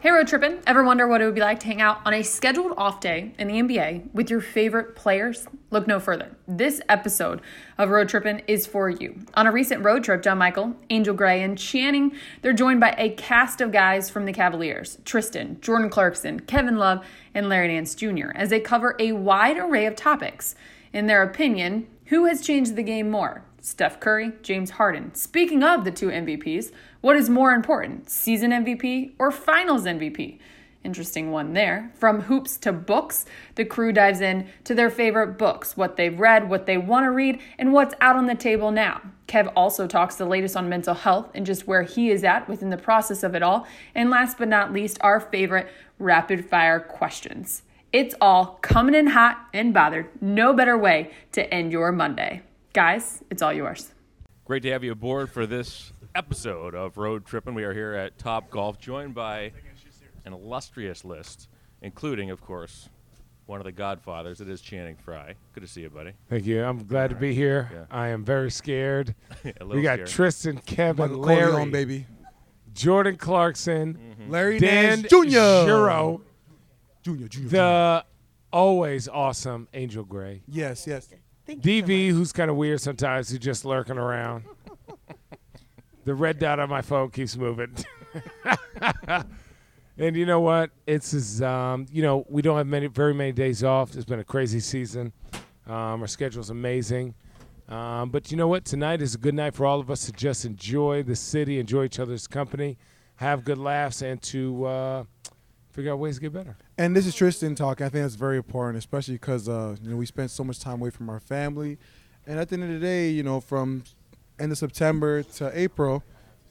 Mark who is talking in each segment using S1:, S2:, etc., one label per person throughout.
S1: Hey, road trippin'. Ever wonder what it would be like to hang out on a scheduled off day in the NBA with your favorite players? Look no further. This episode of Road Trippin' is for you. On a recent road trip, John Michael, Angel Gray, and Channing, they're joined by a cast of guys from the Cavaliers Tristan, Jordan Clarkson, Kevin Love, and Larry Nance Jr., as they cover a wide array of topics. In their opinion, who has changed the game more? Steph Curry, James Harden. Speaking of the two MVPs, what is more important, season MVP or finals MVP? Interesting one there. From hoops to books, the crew dives in to their favorite books, what they've read, what they want to read, and what's out on the table now. Kev also talks the latest on mental health and just where he is at within the process of it all. And last but not least, our favorite rapid fire questions. It's all coming in hot and bothered. No better way to end your Monday. Guys, it's all yours.
S2: Great to have you aboard for this episode of Road Tripping. We are here at Top Golf, joined by an illustrious list, including, of course, one of the godfathers. It is Channing Frye. Good to see you, buddy.
S3: Thank you. I'm glad to be
S2: Yeah.
S3: here. I am very scared.
S2: A little
S3: We got
S2: scared.
S3: Tristan, Kevin,
S4: Michael
S3: Larry,
S4: Corleone, baby.
S3: Jordan Clarkson,
S4: Larry
S3: Dan
S4: Nance Jr.
S3: Shiro,
S4: Junior, Junior.
S3: the always awesome Angel Gray,
S4: yes, yes.
S3: DV, who's kind of weird sometimes, who's just lurking around. the red dot on my phone keeps moving. and you know what? It's is um, you know we don't have many very many days off. It's been a crazy season. Um, our schedule's amazing. Um, but you know what? Tonight is a good night for all of us to just enjoy the city, enjoy each other's company, have good laughs, and to uh, figure out ways to get better.
S4: And this is Tristan talking. I think that's very important, especially because uh, you know we spent so much time away from our family, and at the end of the day, you know, from end of September to April,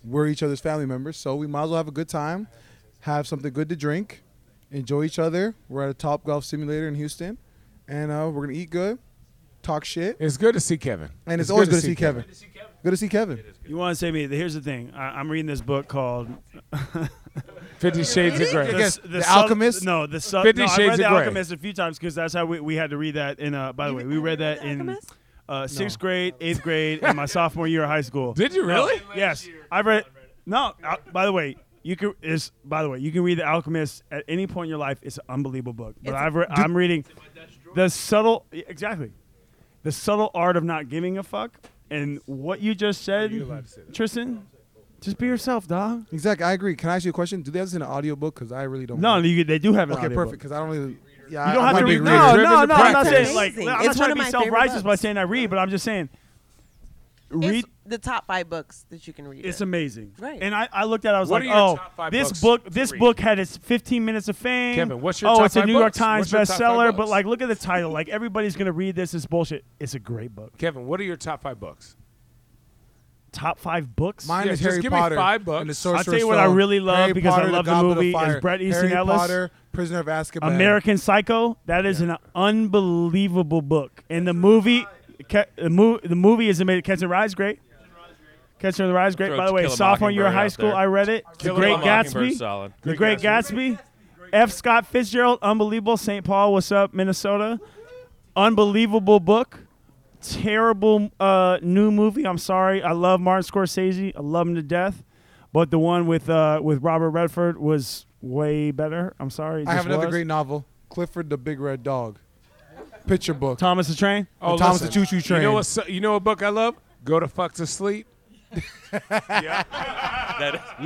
S4: we're each other's family members, so we might as well have a good time, have something good to drink, enjoy each other. We're at a Top Golf Simulator in Houston, and uh, we're gonna eat good, talk shit,
S3: It's good to see Kevin.
S4: and it's, always good to see, Kevin.
S3: Kevin.
S4: Good to see Kevin.
S5: You want to say me? Here's the thing. I, I'm reading this book called
S3: Fifty Shades of Grey.
S4: I guess The
S5: Sub-
S4: Alchemist?
S5: No, the sub,
S3: Fifty
S5: no, I
S3: Shades
S5: read
S3: of
S5: the
S3: Grey.
S5: Alchemist a few times because that's how we, we had to read that. In uh, by the way, we read that in uh, sixth grade, eighth grade, and my sophomore year of high school.
S3: Did you
S5: No,
S3: really?
S5: yes, I read. No, uh, by the way. You can is by the way you can read The Alchemist at any point in your life. It's an unbelievable book. But I've re- I'm reading the subtle e, exactly the subtle art of not giving a fuck and what you just said, Tristan. Just be yourself, dog.
S4: Exactly, I agree. Can I ask you a question? Do they have this in an audiobook? Because I really don't.
S5: No,
S4: know.
S5: you, they do have an
S4: Okay,
S5: audiobook.
S4: perfect. Because I don't really. Yeah,
S5: You don't have
S4: I'm not
S5: to
S4: a big
S5: read.
S4: reader.
S5: No, no, no. I'm not
S6: practice.
S5: saying like
S6: Amazing. It's
S5: I'm not
S6: one
S5: trying
S6: of
S5: to
S6: my
S5: be
S6: favorite
S5: self-righteous by
S6: books.
S5: saying I read, but I'm just saying read.
S6: It's the top five books that you can read.
S5: It's
S6: it.
S5: amazing.
S6: Right.
S5: And I, I looked at, it, I was
S3: What are
S5: like,
S3: your
S5: oh,
S3: top five books
S5: this book,
S3: to
S5: this
S3: read?
S5: book had its 15 minutes of fame.
S3: Kevin, what's your
S5: oh,
S3: top
S5: it's a
S3: five
S5: New York
S3: books?
S5: Times
S3: What's your top five
S5: bestseller, but
S3: books?
S5: like, look at the title. Like everybody's gonna read this. It's bullshit. It's a great book.
S3: Kevin, what are your top five books?
S5: Top five books.
S4: Mine
S3: Yeah,
S4: is
S3: just
S4: Harry
S3: give me
S4: Potter.
S3: five bucks.
S4: And the
S3: I'll
S4: Sorcerer's
S5: tell you what I
S4: Stone.
S5: really love
S4: Harry
S5: because I
S4: Potter,
S5: love the
S4: Goblet of
S5: movie is
S4: Fire.
S5: Bret Easton
S4: Harry
S5: Ellis.
S4: Potter, Prisoner of Azkaban.
S5: American Psycho. That is an unbelievable book, and the movie, ca- the, mo- the movie is amazing. Catching the Rye's great. Catching the Rye's great.
S2: Throw
S5: By the way,
S2: Kill a
S5: sophomore year of
S2: Mockingbird
S5: high
S2: out
S5: school,
S2: there.
S5: I read it.
S2: Kill
S5: The
S2: a
S5: Great
S2: Mockingbird's
S5: Gatsby.
S2: solid.
S5: The Great Gatsby. F. Scott Fitzgerald, unbelievable. St. Paul, what's up, Minnesota? Unbelievable book. Terrible uh, new movie. I'm sorry. I love Martin Scorsese. I love him to death, but the one with uh, with Robert Redford was way better. I'm sorry. It
S4: I have
S5: just
S4: another
S5: was.
S4: great novel, Clifford the Big Red Dog. Picture book.
S5: Thomas the Train.
S3: Oh,
S4: Thomas
S3: listen,
S4: the Choo Choo Train.
S3: You know what? so- You know what book I love? Go to fuck to sleep.
S7: You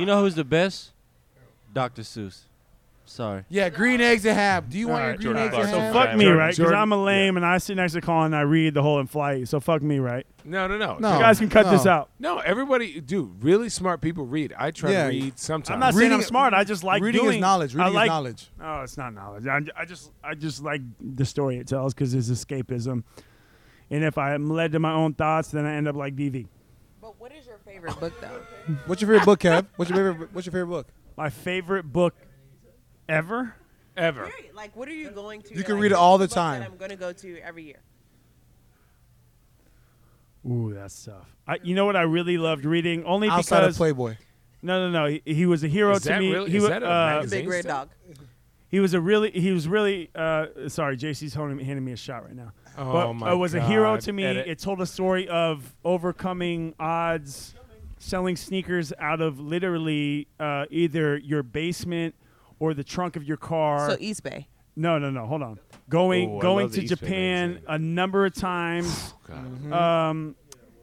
S7: know who's the best? Dr. Seuss. Sorry.
S4: Yeah, green eggs and ham. Do you want
S3: All
S4: your
S3: right,
S4: green
S3: Jordan
S4: eggs
S2: Clarkson.
S4: and
S2: So
S4: ham?
S2: fuck
S5: Fuck me,
S3: Jordan-
S5: right? Because
S3: Jordan-
S5: I'm a lame and I sit next to Colin and I read the whole in flight. So fuck me, right?
S3: No, no, no.
S4: No.
S5: You guys can cut this
S4: no.
S5: out.
S3: No, everybody, dude, really smart people read. I try
S4: Yeah.
S3: to read sometimes.
S5: I'm not
S4: Reading-
S5: saying I'm smart. I just like
S4: reading
S5: doing.
S4: is knowledge. Reading
S5: I like,
S4: is knowledge.
S5: No, it's not knowledge. I, I just I just like the story it tells because it's escapism. And if I'm led to my own thoughts, then I end up like DV.
S6: But what is your favorite book though?
S4: What's your favorite book, Kev? What's your favorite? What's your favorite book?
S5: My favorite book ever.
S3: ever.
S6: Period. Like, what are you going to?
S4: You
S6: You're
S4: can
S6: like,
S4: read it
S6: "This
S4: all
S6: is
S4: the
S6: book that
S4: time."
S6: I'm going to go to every year.
S5: Ooh, that's tough. I, you know what I really loved reading? Only
S4: Outside of
S5: because
S4: Playboy.
S5: no, no, no. He, he was a hero
S3: Is
S5: to
S3: that
S5: me.
S3: really-
S5: He
S3: is
S5: wa-
S3: that a
S5: uh,
S3: magazine?
S6: Big
S3: Zane
S6: Red
S3: still-
S6: Dog.
S5: He was a really he was really uh, sorry. JC's holding, handing me a shot right now.
S3: Oh
S5: but
S3: my
S5: it was a hero
S3: God.
S5: to me.
S3: Edit.
S5: It told a story of overcoming odds, selling sneakers out of literally uh, either your basement or the trunk of your car.
S6: So East Bay.
S5: no, no, no. Hold on. Going
S3: Oh,
S8: Ooh, I
S5: going
S8: love the
S5: to
S8: East Bay
S5: Japan
S8: magazine.
S5: a number of times.
S6: Mm-hmm.
S5: Um,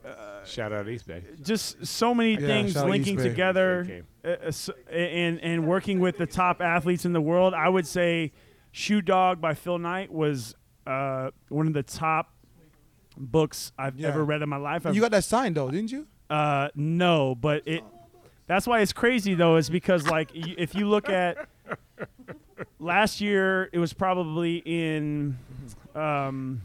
S5: uh,
S3: Shout out East Bay.
S5: just so many
S4: Yeah,
S5: things
S4: shout out
S5: linking
S4: East Bay.
S5: together uh, uh, s- and and working with the top athletes in the world. I would say Shoe Dog by Phil Knight was uh, one of the top books I've
S4: Yeah.
S5: ever read in my life. I've,
S4: You got that sign though, didn't you?
S5: uh, no, but it that's why it's crazy though is because like y- if you look at last year it was probably in um,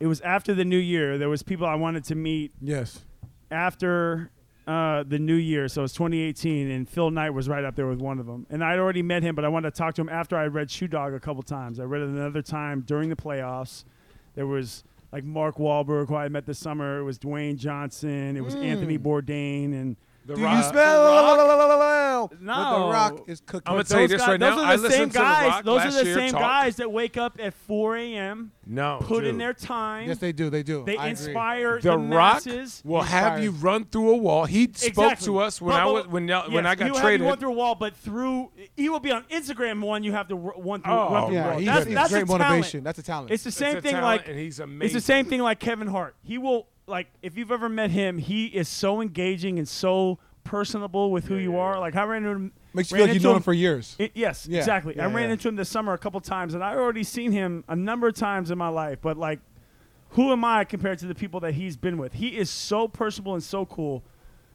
S5: it was after the new year there was people I wanted to meet
S4: Yes.
S5: after uh, the new year, so it was 2018, and Phil Knight was right up there with one of them. And I'd already met him, but I wanted to talk to him after I read Shoe Dog a couple times. I read it another time during the playoffs. There was like Mark Wahlberg, who I met this summer. It was Dwayne Johnson. It was
S4: Mm.
S5: Anthony Bourdain, and
S3: The
S4: Do
S3: Rock-
S4: you smell?
S5: The Rock?
S4: la, la, la, la, la, la?
S5: No.
S4: The Rock is cooking.
S3: I'm gonna
S5: but
S3: tell you
S5: those
S3: this
S5: guys-
S3: right now,
S5: Those
S3: I
S5: are the
S3: listened
S5: same
S3: to The
S5: guys.
S3: Rock
S5: those
S3: last
S5: are the
S3: year
S5: same
S3: talk.
S5: guys that wake up at 4 a.m.
S3: No,
S5: Put in
S3: dude.
S5: their time.
S4: yes, they do. They do.
S5: they
S4: I agree.
S5: inspire
S3: The
S5: the
S3: Rock
S5: masses.
S3: will have
S4: Inspires.
S3: you run through a wall. He spoke
S5: Exactly.
S3: to us when
S5: But-
S3: I
S5: but-
S3: was when y'all- when
S5: yes,
S3: I
S5: he
S3: got
S5: would have you
S3: traded.
S5: One through a wall, but through he will be on Instagram. One you have to r- one through.
S3: Oh,
S5: run through a
S4: Yeah,
S5: wall.
S4: he's,
S5: that's,
S4: he's
S5: that's
S4: great
S5: a talent.
S4: motivation. That's a talent.
S5: It's the same
S3: a
S5: thing.
S3: talent,
S5: Like
S3: and he's
S5: It's
S3: amazing.
S5: the same thing like Kevin Hart. He will like if you've ever met him. He is so engaging and so personable with who you are. Like I ran into
S4: Makes you
S5: ran
S4: feel like you
S5: into
S4: know him
S5: him
S4: for years.
S5: it- yes,
S4: Yeah,
S5: exactly. I
S4: yeah,
S5: ran
S4: yeah.
S5: into him this summer a couple times, and I already seen him a number of times in my life. But like, who am I compared to the people that he's been with? He is so personable and so cool.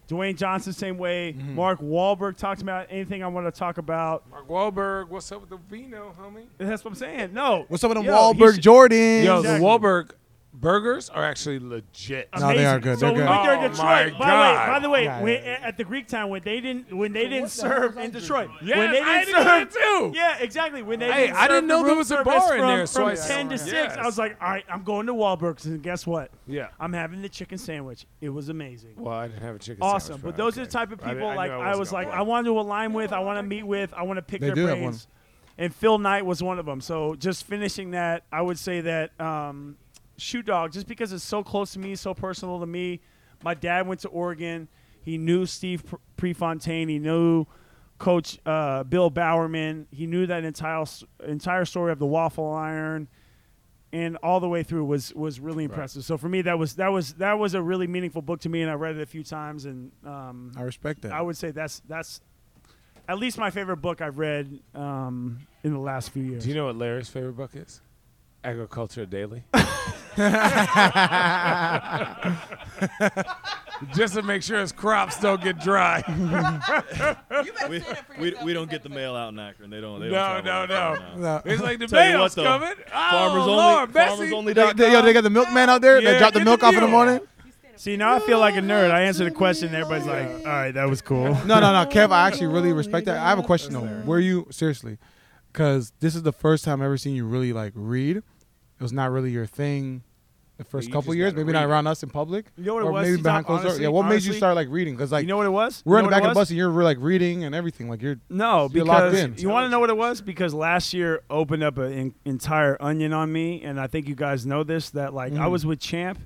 S5: Dwayne Johnson, same way.
S4: Mm-hmm.
S5: Mark Wahlberg talked about anything I want to talk about.
S3: Mark Wahlberg, what's up with the vino, homie?
S5: That's what I'm saying. No,
S4: What's up with them
S5: Yo,
S4: Wahlberg
S5: he's-
S4: Jordans?
S3: Yo, the
S5: Exactly.
S3: Wahlberg burgers are actually legit.
S4: No, they are
S5: amazing.
S4: good.
S5: So
S4: They're
S5: when
S4: good.
S5: we were
S3: Oh,
S5: in Detroit,
S3: my
S5: by the way,
S3: God.
S5: by the way,
S4: Yeah,
S5: when-
S4: yeah,
S5: at the Greek time when they didn't when they didn't serve in Detroit,
S3: Yes,
S5: when they didn't
S3: I
S5: serve,
S3: didn't know that too.
S5: yeah, exactly. When they
S3: Hey,
S5: didn't
S3: I
S5: serve
S3: didn't know
S5: the
S3: there
S5: room
S3: was a
S5: service
S3: bar in
S5: from,
S3: there, so
S5: from
S3: I-
S5: ten to
S3: Yes.
S5: six, I was like, all right, I'm going to Wahlberg's, and guess what?
S3: Yeah.
S5: I'm having the chicken sandwich. It was amazing.
S3: Well, I didn't have a chicken.
S5: Awesome, but
S3: sandwich,
S5: those are the
S3: okay.
S5: type of
S3: I
S5: people
S3: didn't- I
S5: like
S3: knew
S5: I, was
S3: wasn't
S5: like
S3: gonna
S5: I want to align with, I want to meet with, I want to pick
S4: They
S5: their
S4: do have one.
S5: brains, and Phil Knight was one of them. So just finishing that, I would say that um, Shoe Dog, just because it's so close to me, so personal to me. My dad went to Oregon. He knew Steve Pre- Prefontaine. He knew Coach uh, Bill Bowerman. He knew that entire s- entire story of the waffle iron and all the way through was was really impressive. So for me, that was that was that was a really meaningful book to me, and I read it a few times, and um,
S4: I respect that.
S5: I would say that's that's at least my favorite book I've read um, in the last few years.
S3: Do you know what Larry's favorite book is? Agriculture Daily. Just to make sure his crops don't get dry.
S8: we, we, we don't get the mail out in Akron. They don't. They
S3: No,
S8: don't travel
S3: no, no.
S8: out there,
S4: No.
S3: It's like the
S8: Tell you
S3: mail's
S8: what, though,
S3: coming.
S8: Farmers
S3: oh,
S8: only.
S3: Lord,
S8: farmers
S3: Bessie.
S8: only.
S4: They, they- yo, they got the milkman out there
S3: Yeah,
S4: that dropped the
S3: get
S4: milk
S3: the
S4: off in the
S3: milk.
S4: morning.
S5: See, now I feel like a nerd. I answered a question, and everybody's like, "All right, that was cool."
S4: No, no, no, Kev. I actually
S5: Oh,
S4: really respect that. I have a question though. Were you seriously? Because this is the first time I've ever seen you really like read. It was not really your thing. The first
S3: you
S4: couple
S3: just
S4: years,
S3: gotta
S4: maybe not
S3: read.
S4: around us in public,
S5: You know what it
S4: or
S5: was,
S4: maybe
S5: T-Top?
S4: behind closed doors.
S5: Honestly-
S4: Yeah, what made you
S5: honestly-
S4: start like reading? Because like
S5: You know what it was?
S4: we're
S5: You
S4: in
S5: know
S4: the back
S5: what
S4: of the
S5: it was?
S4: bus and you're like reading and everything. Like you're
S5: No,
S4: You're locked
S5: because
S4: in.
S5: you want to know what it was? Because last year opened up an en- entire onion on me, and I think you guys know this. That like
S4: Mm.
S5: I was with Champ,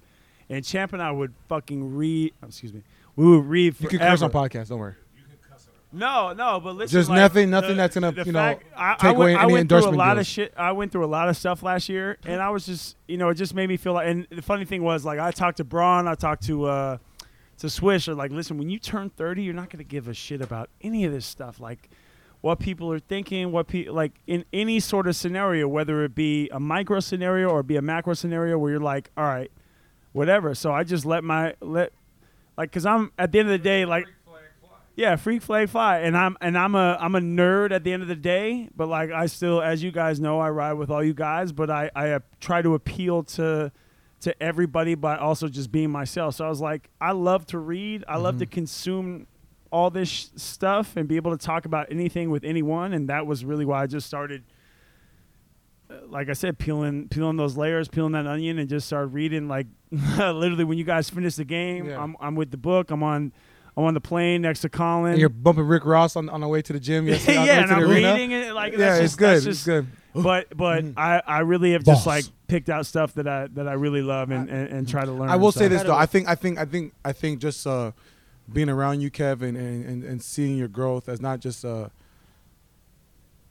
S5: and Champ and I would fucking read. Excuse me, we would read
S4: you
S5: forever.
S4: can curse on podcast. Don't worry.
S5: No, no, but listen.
S4: Just
S5: like,
S4: nothing- nothing
S5: the-
S4: that's gonna,
S5: the
S4: you know,
S5: fact- I, I
S4: take away
S5: went, I
S4: any
S5: went through a
S4: endorsement
S5: lot of
S4: deals.
S5: shit. I went through a lot of stuff last year, and I was just, you know, it just made me feel like. And the funny thing was, like, I talked to Braun, I talked to uh, to Swish, or like, listen, when you turn thirty, you're not gonna give a shit about any of this stuff, like what people are thinking, what people like in any sort of scenario, whether it be a micro scenario or be a macro scenario, where you're like, all right, whatever. So I just let my let like because I'm at the end of the day like yeah freak flag fly and I'm and I'm a I'm a nerd at the end of the day but like I still as you guys know I ride with all you guys but I I uh, try to appeal to to everybody by also just being myself so I was like I love to read I love to
S4: Mm-hmm.
S5: consume all this sh- stuff and be able to talk about anything with anyone and that was really why I just started uh, like I said, peeling peeling those layers, peeling that onion, and just start reading. Like literally, when you guys finish the game,
S4: Yeah.
S5: I'm I'm with the book. I'm on I'm on the plane next to Colin.
S4: And you're bumping Rick Ross on, on the way to the gym. yesterday, on the way
S5: yeah, and
S4: to the
S5: I'm
S4: arena.
S5: reading it. Like
S4: Yeah,
S5: that's
S4: it's
S5: just, that's
S4: good. It's
S5: just-
S4: good. Mm.
S5: But but I I really have just
S4: Boss.
S5: like picked out stuff that I that I really love and and, and try to learn.
S4: I will say
S5: so.
S4: this though. I think I think I think I think just uh, being around you, Kevin, and, and and seeing your growth as not just uh,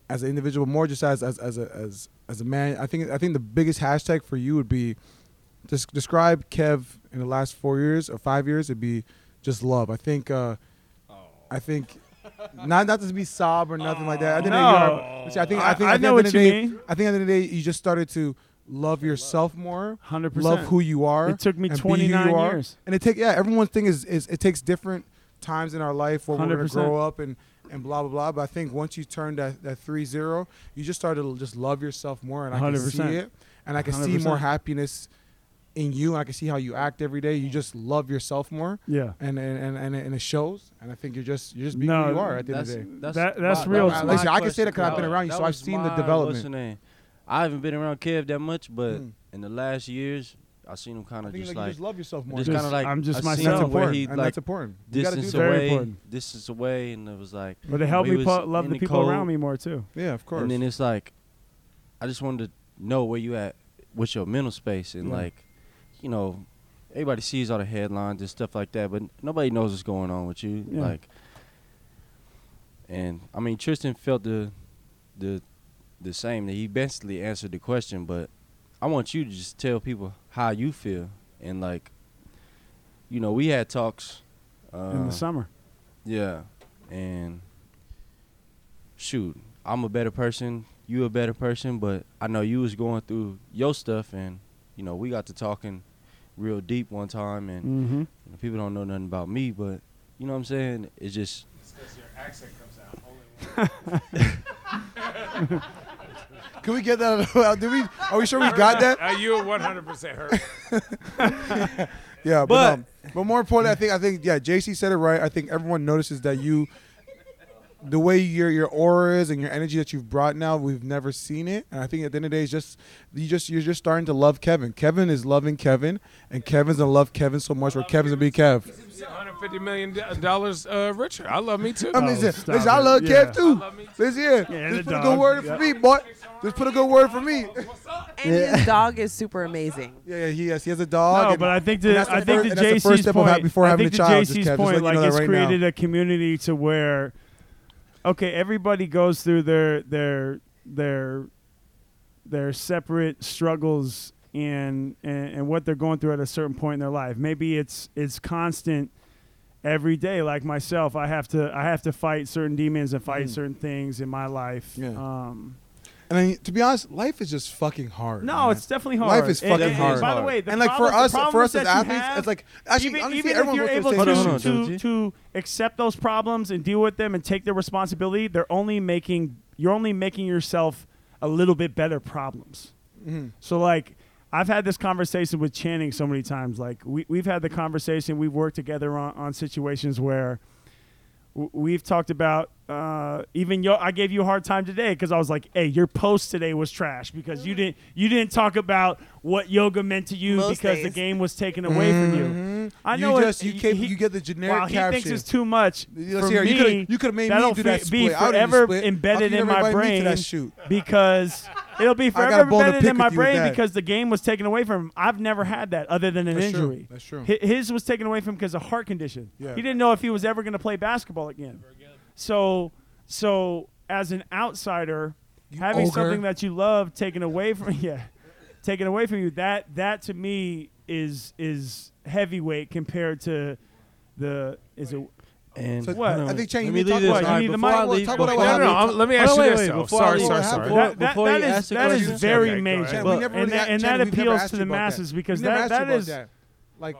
S4: as an individual, more just as as as a, as as a man. I think I think the biggest hashtag for you would be just describe Kev in the last four years or five years. It'd be just love. I think. Uh, I think. Not not to be sob or nothing like that. I think that you are- but see, I think I
S5: I-
S4: think
S5: I
S4: at the
S5: know
S4: end
S5: what
S4: of the
S5: you
S4: day-
S5: mean.
S4: I think at the end of the day, you just started to love yourself more.
S5: 100%.
S4: Love who you are.
S5: It took me
S4: and be who
S5: 29
S4: you are.
S5: years.
S4: And it take yeah, everyone's thing is, is it takes different times in our life where we're gonna
S5: 100%.
S4: grow up and, and blah blah blah. But I think once you turn that that three zero, you just started to just love yourself more, and I can see
S5: 100%.
S4: it, and I can see more
S5: 100%.
S4: happiness in you, and I can see how you act every day. You just love yourself more,
S5: Yeah.
S4: and and and, and, it- and it shows. And I think you're just you're just being
S5: No,
S4: who you are at the end of
S7: That's
S4: the day.
S7: that's
S5: That- that's
S7: my-
S5: real.
S7: was
S5: Listen,
S7: my
S4: I can say
S7: question.
S4: that 'cause I've been
S7: That
S4: around you,
S7: was-
S4: so
S7: that
S4: I've
S7: was
S4: seen the
S7: my-
S4: development.
S7: what's the name? I haven't been around Kev that much, but
S4: Mm.
S7: in the last years, I've seen him kind
S4: I
S7: of
S4: think
S7: just
S4: like,
S7: like
S4: you just love yourself more.
S7: just
S5: Just-
S7: kind of like
S5: I'm just
S7: I seen
S5: myself.
S4: that's
S7: where
S4: important.
S7: he
S4: and
S7: like
S4: that's important. You gotta do
S7: distance
S4: that.
S5: Very
S7: away,
S5: important.
S7: distance away, and it was like,
S5: But it helped
S7: We
S5: me
S7: was
S5: po- love
S7: in
S5: the
S7: the
S5: people around
S7: cold.
S5: me more too.
S4: Yeah, of course.
S7: and then it's like, I just wanted to know where you at with your mental space and
S4: Yeah.
S7: like, you know, everybody sees all the headlines and stuff like that, but nobody knows what's going on with you.
S5: Yeah.
S7: Like, and I mean, Tristan felt the, the, the same. That he basically answered the question, but I want you to just tell people how you feel and like, you know, we had talks. Uh,
S5: in the summer.
S7: yeah. And shoot, I'm a better person, you a better person, but I know you was going through your stuff and you know, we got to talking real deep one time and
S5: Mm-hmm.
S7: you know, people don't know nothing about me, but you know what I'm saying? It's just
S4: Can we get that? Out? Did we? Are we sure we got that?
S3: Uh, you were 100% hurt.
S4: Yeah, but um, but more important, I think I think yeah, JC said it right. I think everyone notices that you, the way your your aura is and your energy that you've brought now, we've never seen it. And I think at the end of the day, it's just you just you're just starting to love Kevin. Kevin is loving Kevin, and Kevin's gonna love Kevin so much, where Kevin's gonna be Kev.
S3: 150 million dollars uh, richer. I love me too. Oh,
S4: I mean, listen,
S5: stop
S4: listen, I
S5: it.
S4: love
S5: Yeah.
S4: Kev too.
S3: I love me too.
S4: Listen here,
S5: Yeah,
S4: just
S5: the
S4: put a good
S5: dog.
S4: word in
S5: Yeah.
S4: for me, boy. Just put a good word for me.
S6: And his dog is super amazing.
S4: Yeah, yeah, he has he has a dog.
S5: No,
S4: and-
S5: but I think
S4: and
S5: the
S4: that's the
S5: I think
S4: fir-
S5: the
S4: and that's the first
S5: JC's
S4: step of ha-
S5: point.
S4: before
S5: I
S4: having
S5: think
S4: a child,
S5: the
S4: just
S5: JC's
S4: Kev, just
S5: point,
S4: let you know
S5: like
S4: that
S5: it's
S4: right now.
S5: created a community to where, okay, everybody goes through their their their their separate struggles and and, and what they're going through at a certain point in their life. Maybe it's it's constant every day like myself i have to i have to fight certain demons and fight
S4: Mm.
S5: certain things in my life
S4: Yeah.
S5: um
S4: And I mean, to be honest, life is just fucking hard.
S5: No,
S4: man.
S5: it's definitely hard.
S4: Life is
S5: And-
S4: fucking
S5: and- and
S4: hard.
S5: By the way, the
S4: and like
S5: problem-
S4: for us,
S5: the problem
S4: for us
S5: that
S4: as
S5: you
S4: athletes,
S5: have,
S4: it's like actually,
S5: even,
S4: honestly,
S5: even if
S4: everyone
S5: you're
S4: goes
S5: able
S4: through
S5: to,
S4: the same
S7: Hold on,
S4: shit.
S7: hold on,
S5: to, to accept those problems and deal with them and take their responsibility, they're only making you're only making yourself a little bit better problems.
S4: Mm-hmm.
S5: So like. I've had this conversation with Channing so many times. Like we, we've had the conversation, we've worked together on, on situations where w- we've talked about uh, even yo I gave you a hard time today because I was like, hey, your post today was trash because you didn't you didn't talk about what yoga meant to you
S6: Most
S5: because the
S6: days.
S5: game was taken away from you. I
S4: Mm-hmm. You
S5: know it-
S4: just- you can't- you get the generic
S5: while He thinks
S4: caption.
S5: it's too much.
S4: Let's
S5: for
S4: hear it. You
S5: me,
S4: coulda- you coulda made me
S5: that'll
S4: do that
S5: fi- be
S4: split. I would've done
S5: forever
S4: split. How
S5: embedded
S4: could you
S5: in
S4: never
S5: my
S4: invite me
S5: brain
S4: to that shoot?
S5: because it'll be
S4: got a
S5: forever
S4: bone to
S5: embedded
S4: pick
S5: in my
S4: with you with
S5: brain
S4: that.
S5: because the game was taken away from him. I've never had that other than an
S4: That's true.
S5: injury.
S4: That's true.
S5: Hi- His was taken away from him because of heart condition.
S4: Yeah.
S5: He didn't know if he was ever going to play basketball again. So, so as an outsider, having
S4: ogre.
S5: something that you love taken away from yeah, taken away from you that that to me is is heavyweight compared to the is it
S7: and
S4: So
S5: What?
S7: Hold on.
S4: I think Chang,
S7: Let
S4: you
S7: me
S4: need
S7: leave
S4: to talk
S7: this.
S5: about-
S7: All right,
S5: you need the
S7: before I
S5: mic?
S7: leave-
S4: Talk about
S7: before
S4: what
S7: I
S3: No,
S4: happened.
S3: no, I'm- let me ask
S7: Hold
S3: you
S7: on,
S3: this
S7: wait,
S3: though.
S7: before I
S3: Sorry,
S7: leave-
S3: sorry,
S4: What
S3: sorry.
S4: happened?
S5: that, that,
S7: before
S5: that
S7: you
S5: is
S7: ask the
S5: that is
S7: question-
S5: very
S3: Okay, go
S5: major,
S3: ahead.
S4: Chang,
S5: but-
S4: we never
S5: and,
S4: really
S5: that-
S4: a-
S5: and
S4: Chang,
S5: that
S4: we never
S5: appeals
S4: asked
S5: to
S4: you
S5: the
S4: about
S5: masses
S4: that.
S5: because
S4: We never
S5: that
S4: asked
S5: that
S4: you about
S5: is
S4: that. like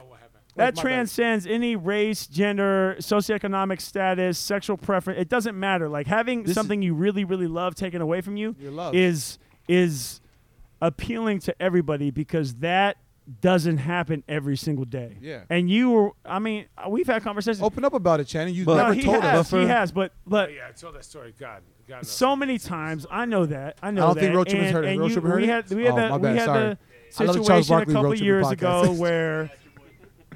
S5: that
S4: my bad.
S5: transcends any race, gender, socioeconomic status, sexual preference. It doesn't matter. Like having
S7: This
S5: something you really, really love taken away from you
S4: Your love.
S5: is is appealing to everybody because that doesn't happen every single day.
S4: Yeah.
S5: And you were, I mean, we've had conversations.
S4: Open up about it, Channing. You
S7: But-
S5: no,
S4: never
S5: he
S4: told
S5: has,
S4: us.
S5: he has, but look,
S3: Yeah, I told that story. God, God knows.
S5: so many times. I know that. I know
S4: don't
S5: that.
S4: think Road Trip has
S5: and,
S4: heard it.
S5: and
S4: Road
S5: you-
S4: Trip heard
S5: we
S4: it?
S5: had we had
S4: Oh,
S5: the
S4: my
S5: we
S4: bad,
S5: had
S4: sorry.
S5: the
S4: I love the Charles
S5: situation a
S4: Barkley Road
S5: couple
S4: Tripping
S5: years
S4: podcast.
S5: ago where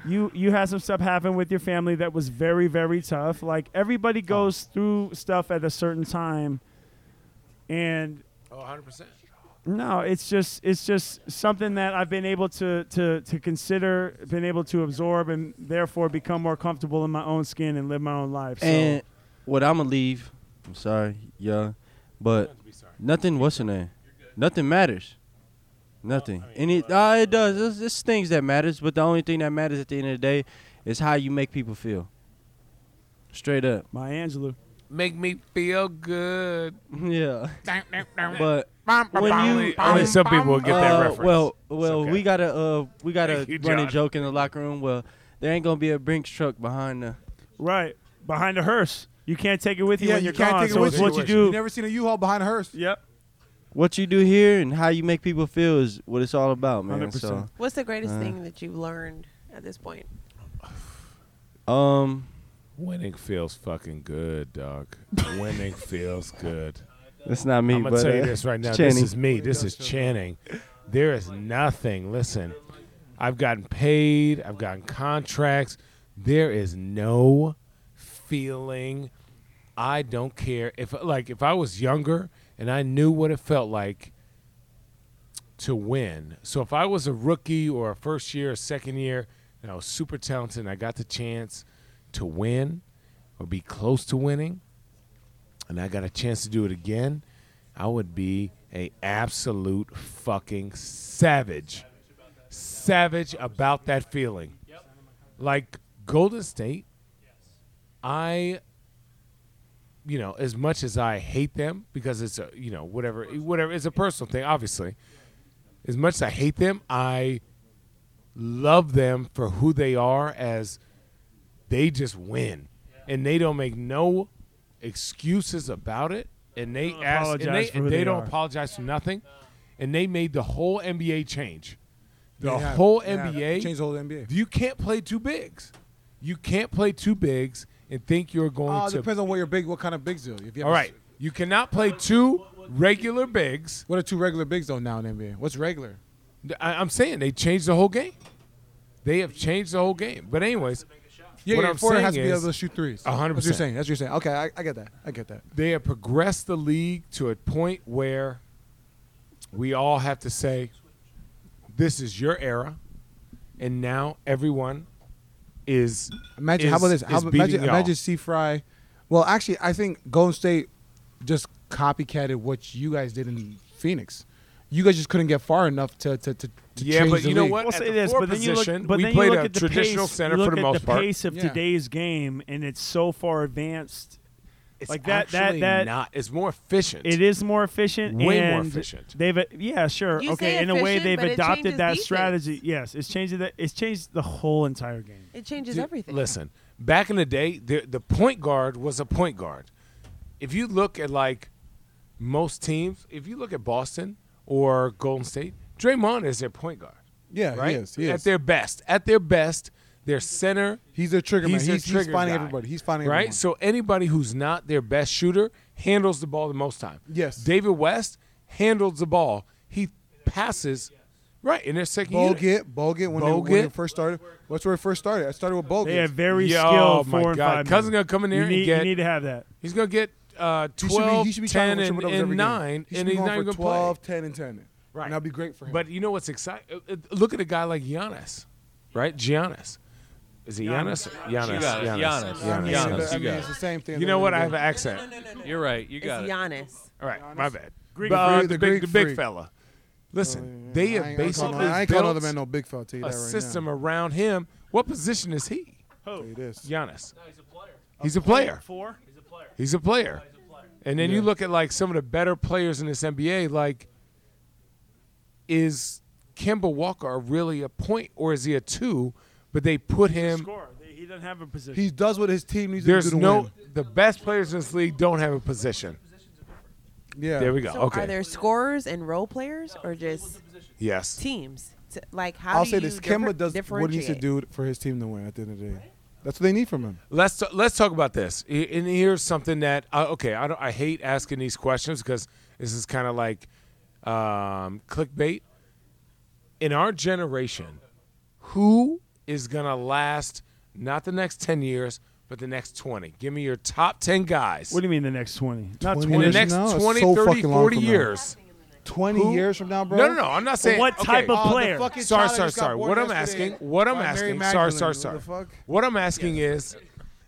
S5: you you had some stuff happen with your family that was very very tough. Like
S4: Oh.
S5: everybody goes through stuff at a certain time, and
S3: Oh, 100%.
S5: no, it's just it's just something that I've been able to to to consider, been able to absorb, and therefore become more comfortable in my own skin and live my own life. So
S7: And what I'm gonna leave, I'm sorry, yeah. But nothing. What's her name? Nothing matters. Nothing. And it uh, it does. It's, it's things that matters, but the only thing that matters at the end of the day is how you make people feel. Straight up.
S5: My Angelou.
S3: Make me feel good.
S7: Yeah. but when you
S3: Only some people will get that
S7: uh,
S3: reference.
S7: Well, well,
S3: okay.
S7: we got a uh, we got a
S3: Thank you,
S7: running
S3: John.
S7: joke in the locker room. Well, there ain't gonna be a Brinks truck behind the.
S5: Right. Behind the hearse. You can't take it with you
S4: Yeah,
S5: when
S4: you
S5: you're
S4: can't
S5: gone.
S4: take it
S5: so
S4: with
S5: it's
S4: you.
S5: what you
S4: You
S5: do.
S4: never seen a U-Haul behind a hearse.
S5: yep.
S7: What you do here and how you make people feel is what it's all about, man.
S5: 100%.
S6: What's the greatest
S7: Uh.
S6: thing that you've learned at this point?
S7: So, um,
S3: Winning feels fucking good, dog. Winning feels good.
S7: it's not me,
S3: I'm gonna
S7: but
S3: tell you
S7: uh,
S3: this right now. This
S7: Channing.
S3: is me. This is Channing. There is nothing. Listen, I've gotten paid. I've gotten contracts. There is no feeling. I don't care if like if I was younger and I knew what it felt like to win. So if I was a rookie or a first year or second year and I was super talented and I got the chance to win or be close to winning and I got a chance to do it again, I would be a absolute fucking savage. Savage about that feeling. Like Golden State, I you know, as much as I hate them because it's a, you know, whatever whatever it's a personal thing obviously. As much as I hate them, I love them for who they are as they just win and they don't make no excuses about it and they
S5: don't
S3: ask and
S5: apologize
S3: they,
S5: for
S3: and
S5: who
S3: they
S5: they
S3: don't
S5: are.
S3: apologize for nothing and they made the whole NBA change the
S4: They have-
S3: whole
S4: they have.
S3: NBA
S4: Change the whole NBA.
S3: you can't play two bigs you can't play two bigs and think you're going
S4: Uh,
S3: to
S4: depends on what your big, what kind of bigs though. If you have
S3: all
S4: a-
S3: right you cannot play two regular bigs
S4: What are two regular bigs though now in the NBA? What's regular?
S3: I, i'm saying they changed the whole game they have changed the whole game but anyways
S4: Yeah,
S3: What
S4: yeah,
S3: I'm
S4: forward has to
S3: saying
S4: be
S3: is-
S4: able to shoot threes.
S3: A hundred
S4: That's what you're
S3: percent.
S4: saying. That's what you're saying. Okay, I, I get that. I get that.
S3: they have progressed the league to a point where we all have to say, this is your era, and now everyone is.
S4: Imagine
S3: is-
S4: how about this? How
S3: is
S4: about,
S3: beating
S4: imagine,
S3: y'all.
S4: imagine C Fry. Well, actually, I think Golden State just copycatted what you guys did in Phoenix. You guys just couldn't get far enough to to to, to
S3: Yeah,
S4: change
S3: but
S4: the
S3: you know
S4: league.
S3: what?
S5: Well,
S3: At
S5: say
S3: the
S5: this,
S3: four
S5: but then you
S3: position,
S5: look, but
S3: we
S5: then
S3: played
S5: you look
S3: a
S5: at the
S3: traditional
S5: pace,
S3: center
S5: you
S3: for
S5: look
S3: the
S5: at
S3: most part.
S5: The pace of
S4: Yeah.
S5: today's game, and it's so far advanced.
S3: It's
S5: Like that- that-
S3: actually
S5: that-
S3: not. It's more efficient.
S5: It is more efficient.
S3: Way more
S5: and
S3: efficient.
S5: They've yeah, sure,
S6: You
S5: okay.
S6: say
S5: In a way,
S6: efficient,
S5: they've
S6: but it
S5: adopted
S6: changes
S5: that
S6: defense.
S5: strategy. Yes, it's changing the it's changed the whole entire game.
S6: It changes
S3: Dude,
S6: everything.
S3: Listen, back in the day, the, the point guard was a point guard. If you look at like most teams, if you look at Boston or Golden State, Draymond is their point guard.
S4: Yeah,
S3: right?
S4: he is. He
S3: At
S4: is.
S3: their best, at their best, their center.
S4: He's their trigger man.
S3: their
S4: He's, he's
S3: trigger
S4: finding
S3: guy,
S4: everybody. He's finding
S3: right.
S4: everyone.
S3: So anybody who's not their best shooter handles the ball the most time.
S4: Yes.
S3: David West handles the ball. He passes. Right in their second unit.
S4: Bogut, Bogut, when, They, when
S3: Bogut.
S4: they first started, what's where it first started? I started with Bogut.
S5: They have very
S3: Yo,
S5: skilled
S3: my
S5: four and
S3: God.
S5: five.
S3: Cousin
S5: men.
S3: gonna come in
S5: You
S3: there and
S5: need,
S3: get-
S5: You need to have that.
S3: He's gonna get uh,
S4: he should
S3: 12,
S4: be, he should be
S3: 10,
S4: trying
S3: and,
S4: to
S3: and nine,
S4: he should
S3: and
S4: be
S3: he's
S4: going
S3: not
S4: for
S3: even gonna
S4: 12,
S3: play.
S4: 10, and 10.
S3: Right.
S4: And that'd be great for him.
S3: But you know what's exciting? Look at a guy like Giannis, right? Giannis. Is it Giannis? Giannis.
S2: got it.
S3: Giannis.
S2: Giannis.
S4: I mean,
S2: Giannis, you
S4: I mean,
S2: got
S4: it's
S2: it.
S4: the same thing.
S3: You know what? I have
S4: They're
S3: an accent.
S2: You're right. You
S6: it's
S2: got it.
S6: Giannis.
S3: All right, my bad.
S5: Greek
S3: But, uh,
S4: freak,
S3: the,
S4: the
S3: big,
S4: Greek
S3: the big
S4: freak.
S3: fella. Listen, they
S4: gonna- Oh, I ain't gonna
S3: have
S4: call
S3: basically
S4: no- I ain't
S3: built
S4: calling other man no big fella. Tell you
S3: a
S4: that right
S3: system around him. What position is he?
S4: now. It is.
S3: Giannis. He's a player.
S5: Four.
S3: He's a player. And then you look at like some of the better players in this NBA. Like, is Kemba Walker really a point or is he a two? But they put him.
S5: Score. He doesn't have a position.
S4: He does what his team needs to
S3: There's
S4: do to
S3: no
S4: win.
S3: the best players in this league don't have a position.
S4: Yeah.
S3: There we go.
S6: So
S3: okay.
S6: are there scorers and role players or just
S3: yes.
S6: teams? T- Like how
S4: I'll
S6: do
S4: say
S6: you
S4: this:
S6: differ-
S4: Kemba does what he needs to
S6: differentiate?
S4: do for his team to win. At the end of the day, that's what they need from him.
S3: Let's t- let's talk about this. I- And here's something that uh, okay, I don't, I hate asking these questions because this is kind of like um, clickbait. In our generation, who is gonna last not the next ten years, but the next twenty? Give me your top ten guys.
S5: What do you mean the next twenty? Not
S4: 20
S5: twenty.
S3: in the
S4: years
S3: next
S4: now? It's
S3: 20,
S4: so
S3: 30,
S4: fucking long
S3: 40
S4: from now.
S3: years.
S4: Twenty
S3: Who-
S4: years from now, bro. Oh,
S3: No, no, no. I'm not saying
S5: what type
S3: okay.
S5: of player?
S4: fucking
S3: sorry,
S4: child
S3: sorry,
S4: that got
S3: sorry.
S4: born
S3: What I'm
S4: yesterday
S3: asking, what I'm
S4: by Mary
S3: asking, sorry,
S4: Magdalene,
S3: sorry,
S4: what
S3: sorry.
S4: the fuck?
S3: What I'm asking is,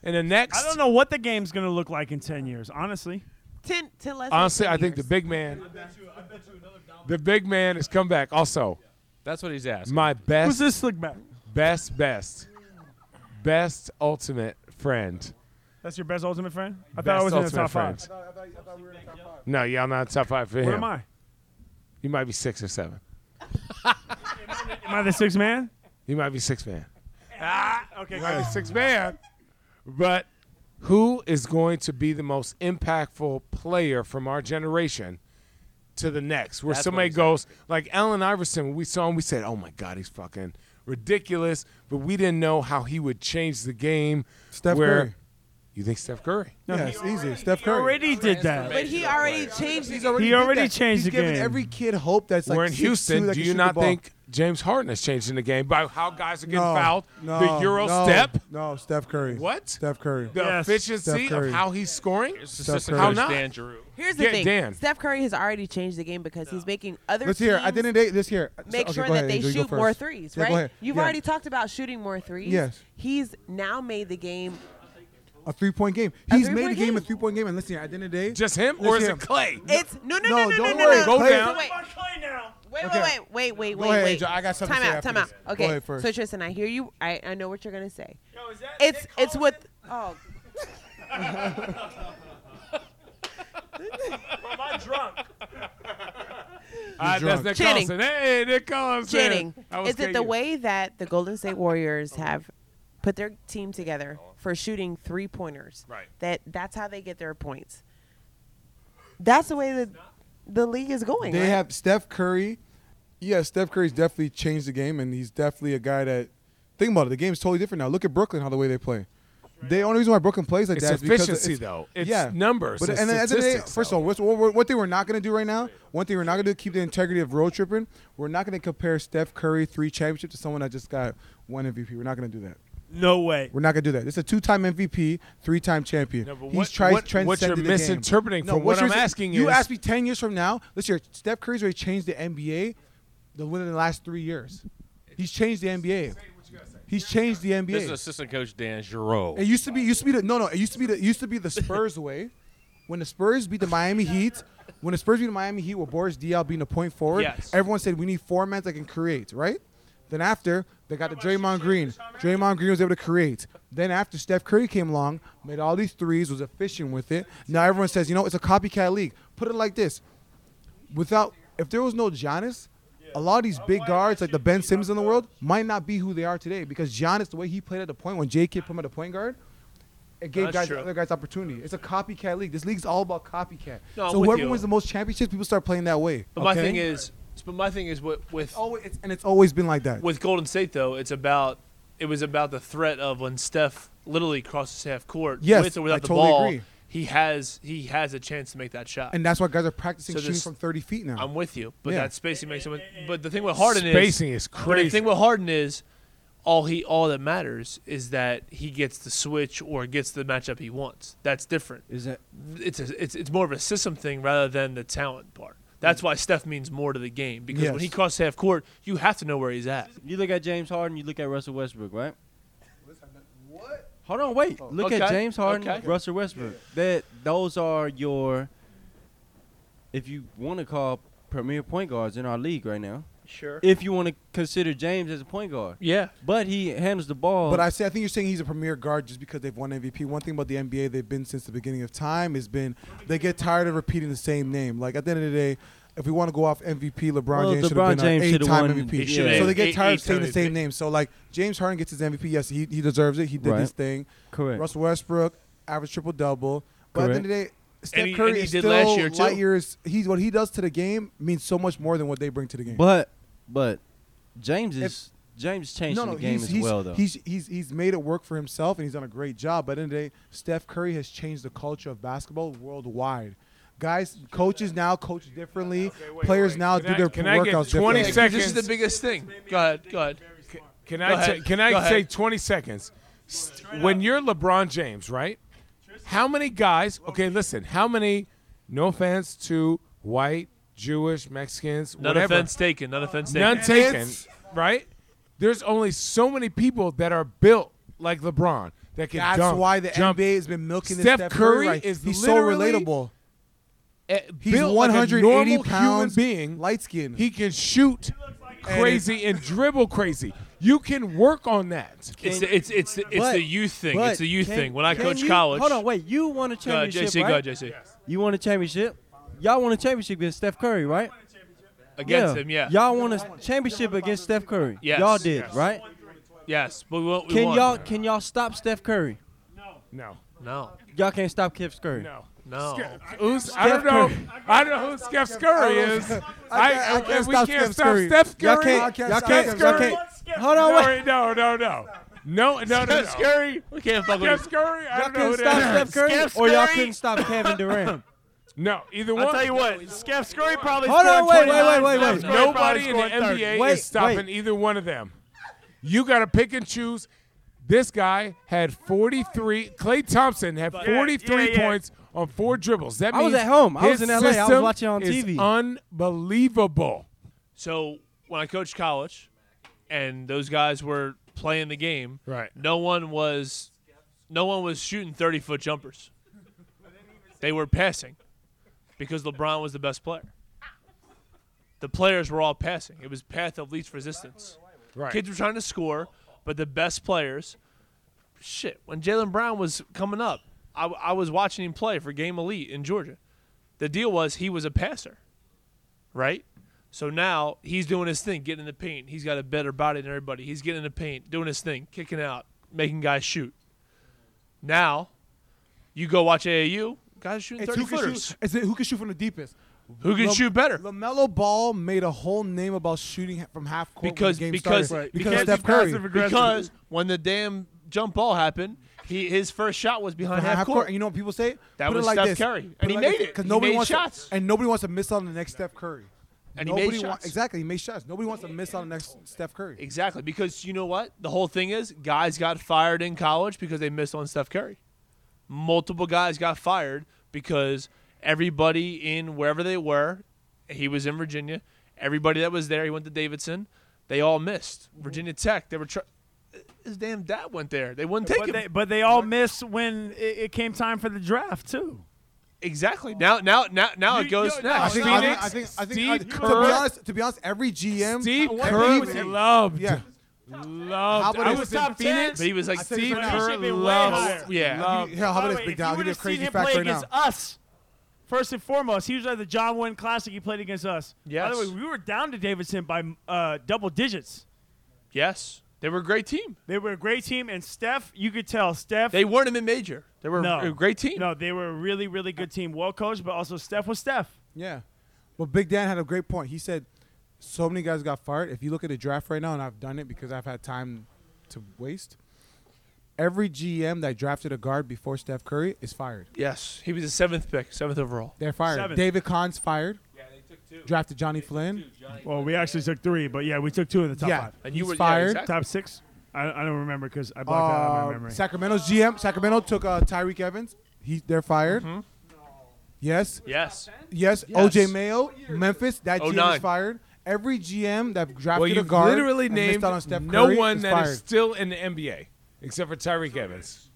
S3: in the next,
S5: I don't know what the game's gonna look like in ten years. Honestly,
S6: ten, ten less. than
S3: Honestly,
S6: 10
S3: I think the
S6: years.
S3: big man, the big man has come back. Also,
S2: That's what he's asking.
S3: my
S5: Who's
S3: best,
S5: this slick back?
S3: best, best, best ultimate friend.
S5: That's your best ultimate friend? I thought I
S3: Best
S5: was in the
S3: ultimate
S5: top
S3: friend.
S5: five.
S3: No, y'all not top five for
S5: Where
S3: him.
S5: am I?
S3: You might be six or seven.
S5: Am I the sixth man?
S3: You might be six man. Ah,
S5: Okay,
S3: Might be
S5: good.
S3: six man. But who is going to be the most impactful player from our generation to the next? Where
S2: That's what
S3: somebody
S2: he's
S3: goes like Allen Iverson. When we saw him, we said, "Oh my God, he's fucking ridiculous." But we didn't know how he would change the game.
S4: Steph
S3: where
S4: Curry.
S3: You think Steph Curry?
S4: yeah, it's easy. Steph Curry.
S5: already did that.
S6: But he already changed.
S4: He's
S6: the-
S5: He
S4: did
S5: already
S4: that.
S5: changed
S4: He's
S5: the
S4: giving
S5: game.
S4: every kid hope that's like
S3: We're in
S4: 6'2"
S3: Houston.
S4: that
S3: Do
S4: can
S3: you
S4: shoot
S3: not
S4: the ball.
S3: think James Harden is changing the game by how guys are getting
S4: no,
S3: fouled?
S4: No,
S3: the Euro
S4: no,
S3: step,
S4: No, Steph Curry.
S3: What?
S4: Steph Curry.
S3: the
S5: Yes.
S3: efficiency
S4: Steph Curry.
S3: of how he's scoring.
S2: Assistant
S4: Curry.
S2: coach
S3: How not?
S2: Dan Giroux.
S6: Here's the
S3: Yeah,
S6: thing:
S3: Dan.
S6: Steph Curry has already changed the game because he's making other
S4: Let's
S6: teams
S4: hear. At the end of the day, let's hear. So-
S6: make
S4: okay,
S6: sure
S4: go
S6: that
S4: ahead,
S6: they
S4: Angel, you go
S6: shoot more
S4: first.
S6: threes,
S4: Yeah,
S6: right?
S4: go ahead.
S6: You've
S4: Yeah.
S6: already talked about shooting more threes.
S4: Yes.
S6: He's now made the game.
S4: a three point game. He's
S6: three-point
S4: made the game a
S6: game.
S4: three point game. And listen, here, at the end of the day,
S3: Just him, or
S4: Let's
S3: is
S4: hear
S3: it
S4: him.
S3: Clay?
S6: It's no, no,
S4: No,
S6: no, no,
S4: don't
S6: no,
S4: worry.
S6: no,
S4: Go
S6: no,
S4: down.
S6: Wait, wait,
S4: Okay.
S6: wait, wait, wait, wait,
S4: Go ahead,
S6: wait.
S4: Angel. I got something
S6: time
S4: to say
S6: out,
S4: after
S6: time
S4: this.
S6: out.
S4: Go
S6: Okay,
S4: ahead first.
S6: so Tristan, I hear you. I, I know what you're gonna say. it's it's what. Oh,
S5: I drunk?
S3: Uh, that's
S4: drunk.
S3: Nick
S6: Channing.
S3: Collison. Hey, Nick Collison.
S6: Channing,
S3: That was
S6: is it the
S3: KU.
S6: way that the Golden State Warriors have put their team together for shooting three pointers?
S2: Right.
S6: That that's how they get their points. That's the way that the league is going.
S4: They
S6: right?
S4: have Steph Curry. Yeah, Steph Curry's definitely changed the game, and he's definitely a guy that. Think about it. The game's totally different now. Look at Brooklyn, how the way they play. The only reason why Brooklyn plays like
S3: It's
S4: that is because
S3: efficiency,
S4: it's,
S3: though. It's
S4: yeah.
S3: numbers.
S4: But
S3: It's
S4: and then at the end of the day,
S3: statistics,
S4: first
S3: though.
S4: of all, what's, what, what they were not going to do right now, one thing we're not going to do, keep the integrity of road tripping. We're not going to compare Steph Curry three championships to someone that just got one MVP. We're not going to do that.
S5: No way.
S4: We're not gonna do that. This is a two-time MVP, three-time champion.
S3: No, but
S4: He's
S3: what-
S4: tried
S3: what-
S4: transcended
S3: what you're
S4: the game.
S3: misinterpreting
S4: No,
S3: from what
S4: you're
S3: I'm
S4: mis-
S3: asking
S4: You
S3: is-
S4: ask me ten years from now. Let's hear. Steph Curry's already changed the NBA. The within the last three years, he's changed the NBA. He's changed the
S2: This is
S4: NBA.
S2: assistant coach Dan Giroux.
S4: It used to be. Used to be the no no. It used to be the used to be the Spurs way. When the Spurs beat the Miami Heat, when the Spurs beat the Miami Heat with Boris Diaw being the point forward,
S2: Yes.
S4: everyone said we need four men that can create, right? Then after they got the Draymond Green. Draymond Green was able to create. Then after Steph Curry came along, made all these threes, was efficient with it. Now everyone says, you know, it's a copycat league. Put it like this: without if there was no Giannis, a lot of these big guards like the Ben Simmons in the world might not be who they are today because Giannis, the way he played at the point when J Kid put him at the point guard, it gave
S5: That's
S4: guys
S5: true.
S4: other guys opportunity. It's a copycat league. This league's all about copycat.
S9: No, I'm
S4: so
S9: with
S4: whoever
S9: you.
S4: wins the most championships, people start playing that way.
S9: But my thing is, but my thing is with with
S4: always it's, and it's always been like that.
S9: with Golden State though, it's about it was about the threat of when Steph literally crosses half court,
S4: Yes,
S9: with or
S4: I
S9: without the
S4: totally
S9: ball,
S4: agree.
S9: he has he has a chance to make that shot.
S4: and that's why guys are practicing
S9: So
S4: shooting
S9: this-
S4: from 30 feet now.
S9: I'm with you, but
S4: Yeah.
S9: that spacing makes him. But the thing with Harden is
S3: Spacing is
S9: But the
S3: crazy.
S9: thing with Harden is all he all that matters is that he gets the switch or gets the matchup he wants. That's different.
S7: Is that
S9: It's a, it's it's more of a system thing rather than the talent part. That's why Steph means more to the game because when
S4: Yes.
S9: he crosses half court, you have to know where he's at.
S7: you look at James Harden, you look at Russell Westbrook, right? Hold on,
S4: Oh,
S7: wait. Look at
S9: Okay,
S7: James Harden,
S9: okay.
S7: Russell Westbrook. That those are your, if you want to call premier point guards in our league right now.
S9: Sure.
S7: If you want to consider James as a point guard,
S9: Yeah.
S7: but he handles the ball.
S4: But I say I think you're saying he's a premier guard just because they've won MVP. One thing about the NBA they've been since the beginning of time has been they get tired of repeating the same name. Like at the end of the day, if we want to go off MVP, LeBron
S7: Well,
S4: James should
S7: LeBron
S4: have been
S7: James
S4: an
S7: should've
S4: eight-time
S7: won.
S4: MVP.
S7: He should've
S4: So they
S9: eight-
S4: get tired of
S9: eight-time
S4: saying the
S9: MVP.
S4: same name. So like James Harden gets his MVP. Yes, he, he deserves it. He did
S7: Right.
S4: his thing.
S7: Correct.
S4: Russell Westbrook average triple double. But at the end of the day. Steph
S9: And he-
S4: Curry
S9: and he
S4: is
S9: did
S4: still
S9: last year, too.
S4: light years. He's what he does to the game means so much more than what they bring to the game.
S7: but but James is James changed
S4: No, no,
S7: the game
S4: he's,
S7: as
S4: he's,
S7: well though.
S4: He's, he's he's made it work for himself, and he's done a great job. But at the end of the day, Steph Curry has changed the culture of basketball worldwide. Guys, coaches now coach differently. Players now
S3: Can
S4: do
S3: I-
S4: their
S3: can I get
S4: workouts
S3: 20
S4: differently.
S3: seconds?
S9: This is the biggest thing. Go ahead. Go ahead.
S3: Can
S9: Go
S3: I
S9: ahead.
S3: ta- can
S9: Go
S3: I
S9: ahead.
S3: say 20 seconds? St- When you're LeBron James, right? How many guys? Okay, listen. How many? No offense to white, Jewish, Mexicans,
S9: None
S3: whatever.
S9: offense taken. None offense taken.
S3: None taken, right? There's only so many people that are built like LeBron that can
S4: That's
S3: dunk,
S4: why the
S3: jump.
S4: NBA has been milking this
S3: Steph
S4: Steph
S3: Curry
S4: right?
S3: is
S4: he's so
S3: literally-
S4: relatable.
S3: eh,
S4: He's
S3: built like a
S4: 180
S3: normal
S4: pounds,
S3: human being.
S4: light skin.
S3: He can shoot crazy and dribble crazy. You can work on that.
S9: It's the, it's it's the, it's
S7: But-
S9: the youth thing.
S7: but
S9: It's the youth
S7: can-
S9: thing. When I
S7: can
S9: coach
S7: you-
S9: college,
S7: Hold on, wait. You won a
S9: Go ahead,
S7: championship,
S9: JC, go
S7: right?
S9: ahead, JC.
S7: You won a championship. Y'all won a championship against Steph Curry, right?
S9: Against him, yeah.
S7: Y'all won a championship against Steph Curry.
S9: Yes.
S7: Y'all did,
S9: Yes.
S7: right?
S9: Yes, but we, won- we
S7: Can
S9: won.
S7: y'all can y'all stop Steph Curry?
S3: No,
S9: No,
S7: Y'all can't stop Kip Curry.
S3: no.
S9: no.
S3: Who's, I don't
S7: Steph
S3: know.
S7: Curry.
S3: I don't know who Steph Curry
S4: I don't-
S3: is. I,
S4: I can't- I
S3: I-
S4: can't
S3: we
S4: stop
S3: can't
S4: Steph
S3: stop
S4: Curry.
S3: Steph Curry.
S7: Y'all can't.
S4: Y'all
S7: Y'all
S4: can't
S7: can't.
S4: stop
S7: Y'all
S4: Curry.
S7: can't. Hold on, wait.
S3: No, no, no, no, no, no, no, no.
S9: Steph Curry. We can't fuck with
S3: Steph
S9: him.
S3: Curry. I
S7: Y'all
S3: don't know who
S7: couldn't
S3: that
S7: stop
S3: is.
S7: Steph Curry,
S9: Steph
S7: or y'all
S9: Curry.
S7: couldn't stop Kevin Durant.
S3: No, either one.
S9: I'll tell you what, Skeff Curry probably
S7: Hold
S9: scored
S7: on, wait, wait,
S9: 29.
S7: wait, wait,
S9: Steph
S7: wait.
S9: Curry probably
S3: Nobody in the
S9: scored 30.
S3: NBA
S7: Wait,
S3: is stopping
S7: wait.
S3: either one of them. You got to pick and choose. This guy had 43. Clay Thompson had 43
S5: yeah, yeah.
S3: points on four dribbles. That
S7: I
S3: means
S7: was at home. I was
S3: his
S7: in LA. I was
S3: system
S7: watching on
S3: is
S7: TV.
S3: Unbelievable.
S9: So when I coached college, and those guys were playing the game,
S3: Right.
S9: No one was, no one was shooting thirty foot jumpers. They were passing, because LeBron was the best player. The players were all passing. It was path of least resistance.
S3: Right.
S9: Kids were trying to score, but the best players. Shit, when Jalen Brown was coming up, I, I was watching him play for Game Elite in Georgia. The deal was he was a passer, right? So now he's doing his thing, getting in the paint. He's got a better body than everybody. He's getting in the paint, doing his thing, kicking out, making guys shoot. Now, you go watch AAU, guys shooting
S4: It's
S9: 30
S4: who can
S9: footers.
S4: shoot. It's who can shoot from the deepest.
S9: Who can
S4: Lam-
S9: shoot better?
S4: Lamelo Ball made a whole name about shooting from half court when
S9: Because-
S4: the game
S9: because-
S4: started.
S9: right.
S4: because
S9: because
S4: Steph
S9: he
S4: Curry
S5: passive- aggressive.
S9: Because when the damn jump ball happened, he his first shot was behind
S4: from
S9: half court.
S4: And you know what people say?
S9: That
S4: Put
S9: was
S4: it like
S9: Steph
S4: this.
S9: Curry.
S4: Put
S9: And he
S4: like
S9: made
S4: this,
S9: it.
S4: 'cause
S9: He
S4: nobody
S9: made
S4: wants
S9: shots.
S4: To, and nobody wants to miss out on the next Steph Curry.
S9: And he made
S4: nobody
S9: shots.
S4: Exactly, he made shots. Nobody wants to miss out on the next Steph Curry.
S9: Exactly, because you know what? The whole thing is guys got fired in college because they missed on Steph Curry. Multiple guys got fired because everybody in wherever they were, he was in Virginia, everybody that was there, he went to Davidson, they all missed.
S4: Mm-hmm.
S9: Virginia Tech, they were try- his damn dad went there. They wouldn't take
S5: But
S9: him.
S5: they, but they all missed when it, it came time for the draft too.
S9: exactly. Now now now now it
S5: You-
S9: goes
S5: you- no,
S9: now.
S4: I think, I think, I think, I think I-
S3: Steve
S4: to
S3: Kerr.
S4: be honest, to be honest, every GM,
S3: Steve
S4: every
S3: Kerr
S4: GM
S3: loved.
S4: yeah, How
S3: Loved.
S4: about
S3: I
S4: it-
S3: was in
S4: Top ten?
S3: Phoenix.
S9: but he was like,
S4: tell you
S3: Steve
S4: right now,
S3: Kerr
S5: should be way
S3: loved.
S5: higher.
S9: yeah.
S3: loved-
S4: yeah,
S5: By
S4: how about
S5: the
S4: this?
S5: way,
S4: Big
S5: if
S4: down.
S5: you
S4: I'll give you a
S5: would've seen
S4: crazy
S5: him
S4: fact
S5: play
S4: right now.
S5: against us. First and foremost, he was at the John Wooden Classic. He played against us. By
S9: Yes.
S5: the way, we were down to Davidson by uh, double digits.
S9: Yes. They were a great team.
S5: They were a great team, and Steph, you could tell Steph.
S9: They weren't a mid major. They were
S5: no,
S9: a great team.
S5: No, they were a really, really good team. Well coached, but also Steph was Steph.
S4: Yeah. Well, Big Dan had a great point. He said so many guys got fired. If you look at the draft right now, and I've done it because I've had time to waste, every GM that drafted a guard before Steph Curry is fired.
S9: Yes. He was the seventh pick, seventh overall.
S4: They're fired.
S5: Seven.
S4: David Kahn's fired. Yeah, they took two. Drafted Johnny Flynn.
S5: Well, we actually took three, but yeah, we took two of the top
S4: Yeah.
S5: five.
S9: And you
S4: He's
S9: were yeah,
S4: fired.
S9: exactly.
S5: Top six? I, I don't remember because I blocked that out of my
S4: Uh,
S5: memory.
S4: Sacramento's GM. Sacramento took uh, Tyreek Evans. He, they're fired. Yes,
S9: Yes.
S4: yes,
S9: Yes.
S4: OJ Mayo, Memphis. That GM is
S9: 09.
S4: fired. Every GM that drafted
S3: Oh Well,
S4: a
S3: you
S4: guard
S3: literally
S4: and missed
S3: named
S4: out on Steph
S3: no
S4: Curry
S3: one
S4: is
S3: that is
S4: fired.
S3: still in the NBA except for Tyreek Evans.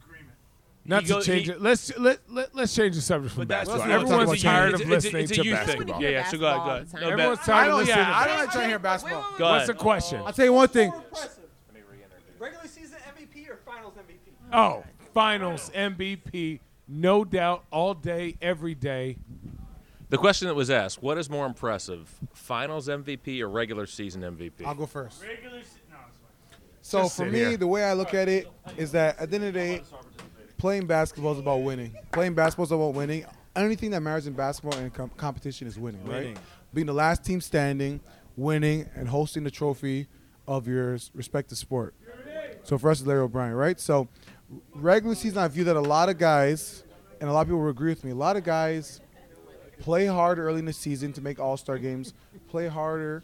S3: Not
S9: He
S3: to
S9: go-
S3: change
S9: he-
S3: it. Let's let, let let's change the subject from
S9: But that's
S3: basketball.
S9: what-
S4: let's talk
S3: Everyone's
S4: about
S3: tired
S4: Tyreek.
S3: of
S9: It's- it's-
S3: listening
S9: it's a
S3: to
S9: youth thing.
S3: basketball.
S9: Yeah, yeah, so go ahead, go ahead. No,
S3: Everyone's
S9: bet.
S3: tired
S4: I
S3: of
S4: don't. Yeah,
S3: listening.
S4: I
S3: to
S4: don't like
S3: basketball.
S4: trying to hear basketball.
S9: Go
S3: What's
S9: ahead.
S3: the question?
S4: I'll tell you one thing.
S10: Regular season MVP or finals MVP?
S3: Oh, Finals MVP, no doubt, all day, every day.
S2: The question that was asked: What is more impressive, Finals MVP or regular season MVP?
S4: I'll go first.
S5: Regular se- no, it's fine.
S4: So
S3: Just
S4: for
S3: sit
S4: me,
S3: here.
S4: the way I look at it is that at the end of the day, playing basketball is about winning. Playing basketball is about winning. Anything that matters in basketball and com- competition is winning,
S8: Winning.
S4: right? Being the last team standing, winning, and hosting the trophy of your s- respective sport. So for us, it's Larry O'Brien, right? So regular season, I view that a lot of guys, and a lot of people will agree with me, a lot of guys play hard early in the season to make All Star games, play harder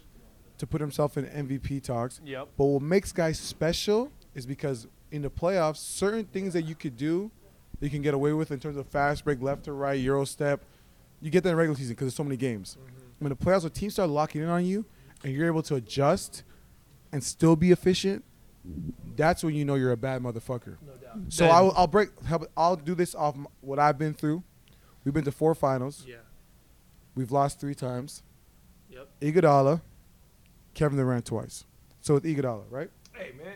S4: to put himself in MVP talks.
S9: Yep.
S4: But what makes guys special is because in the playoffs, certain things that you could do, you can get away with in terms of fast break, left to right, euro step. You get that in regular season because there's so many games. When the playoffs, the teams start locking in on you, and you're able to adjust and still be efficient. That's when you know you're a bad motherfucker. So
S9: Then-
S4: I will, I'll break. help- I'll do this off m- what I've been through. We've been to four finals.
S9: Yeah.
S4: We've lost three times.
S9: Yep.
S4: Iguodala, Kevin Durant twice. So with Iguodala, right?
S9: Hey man.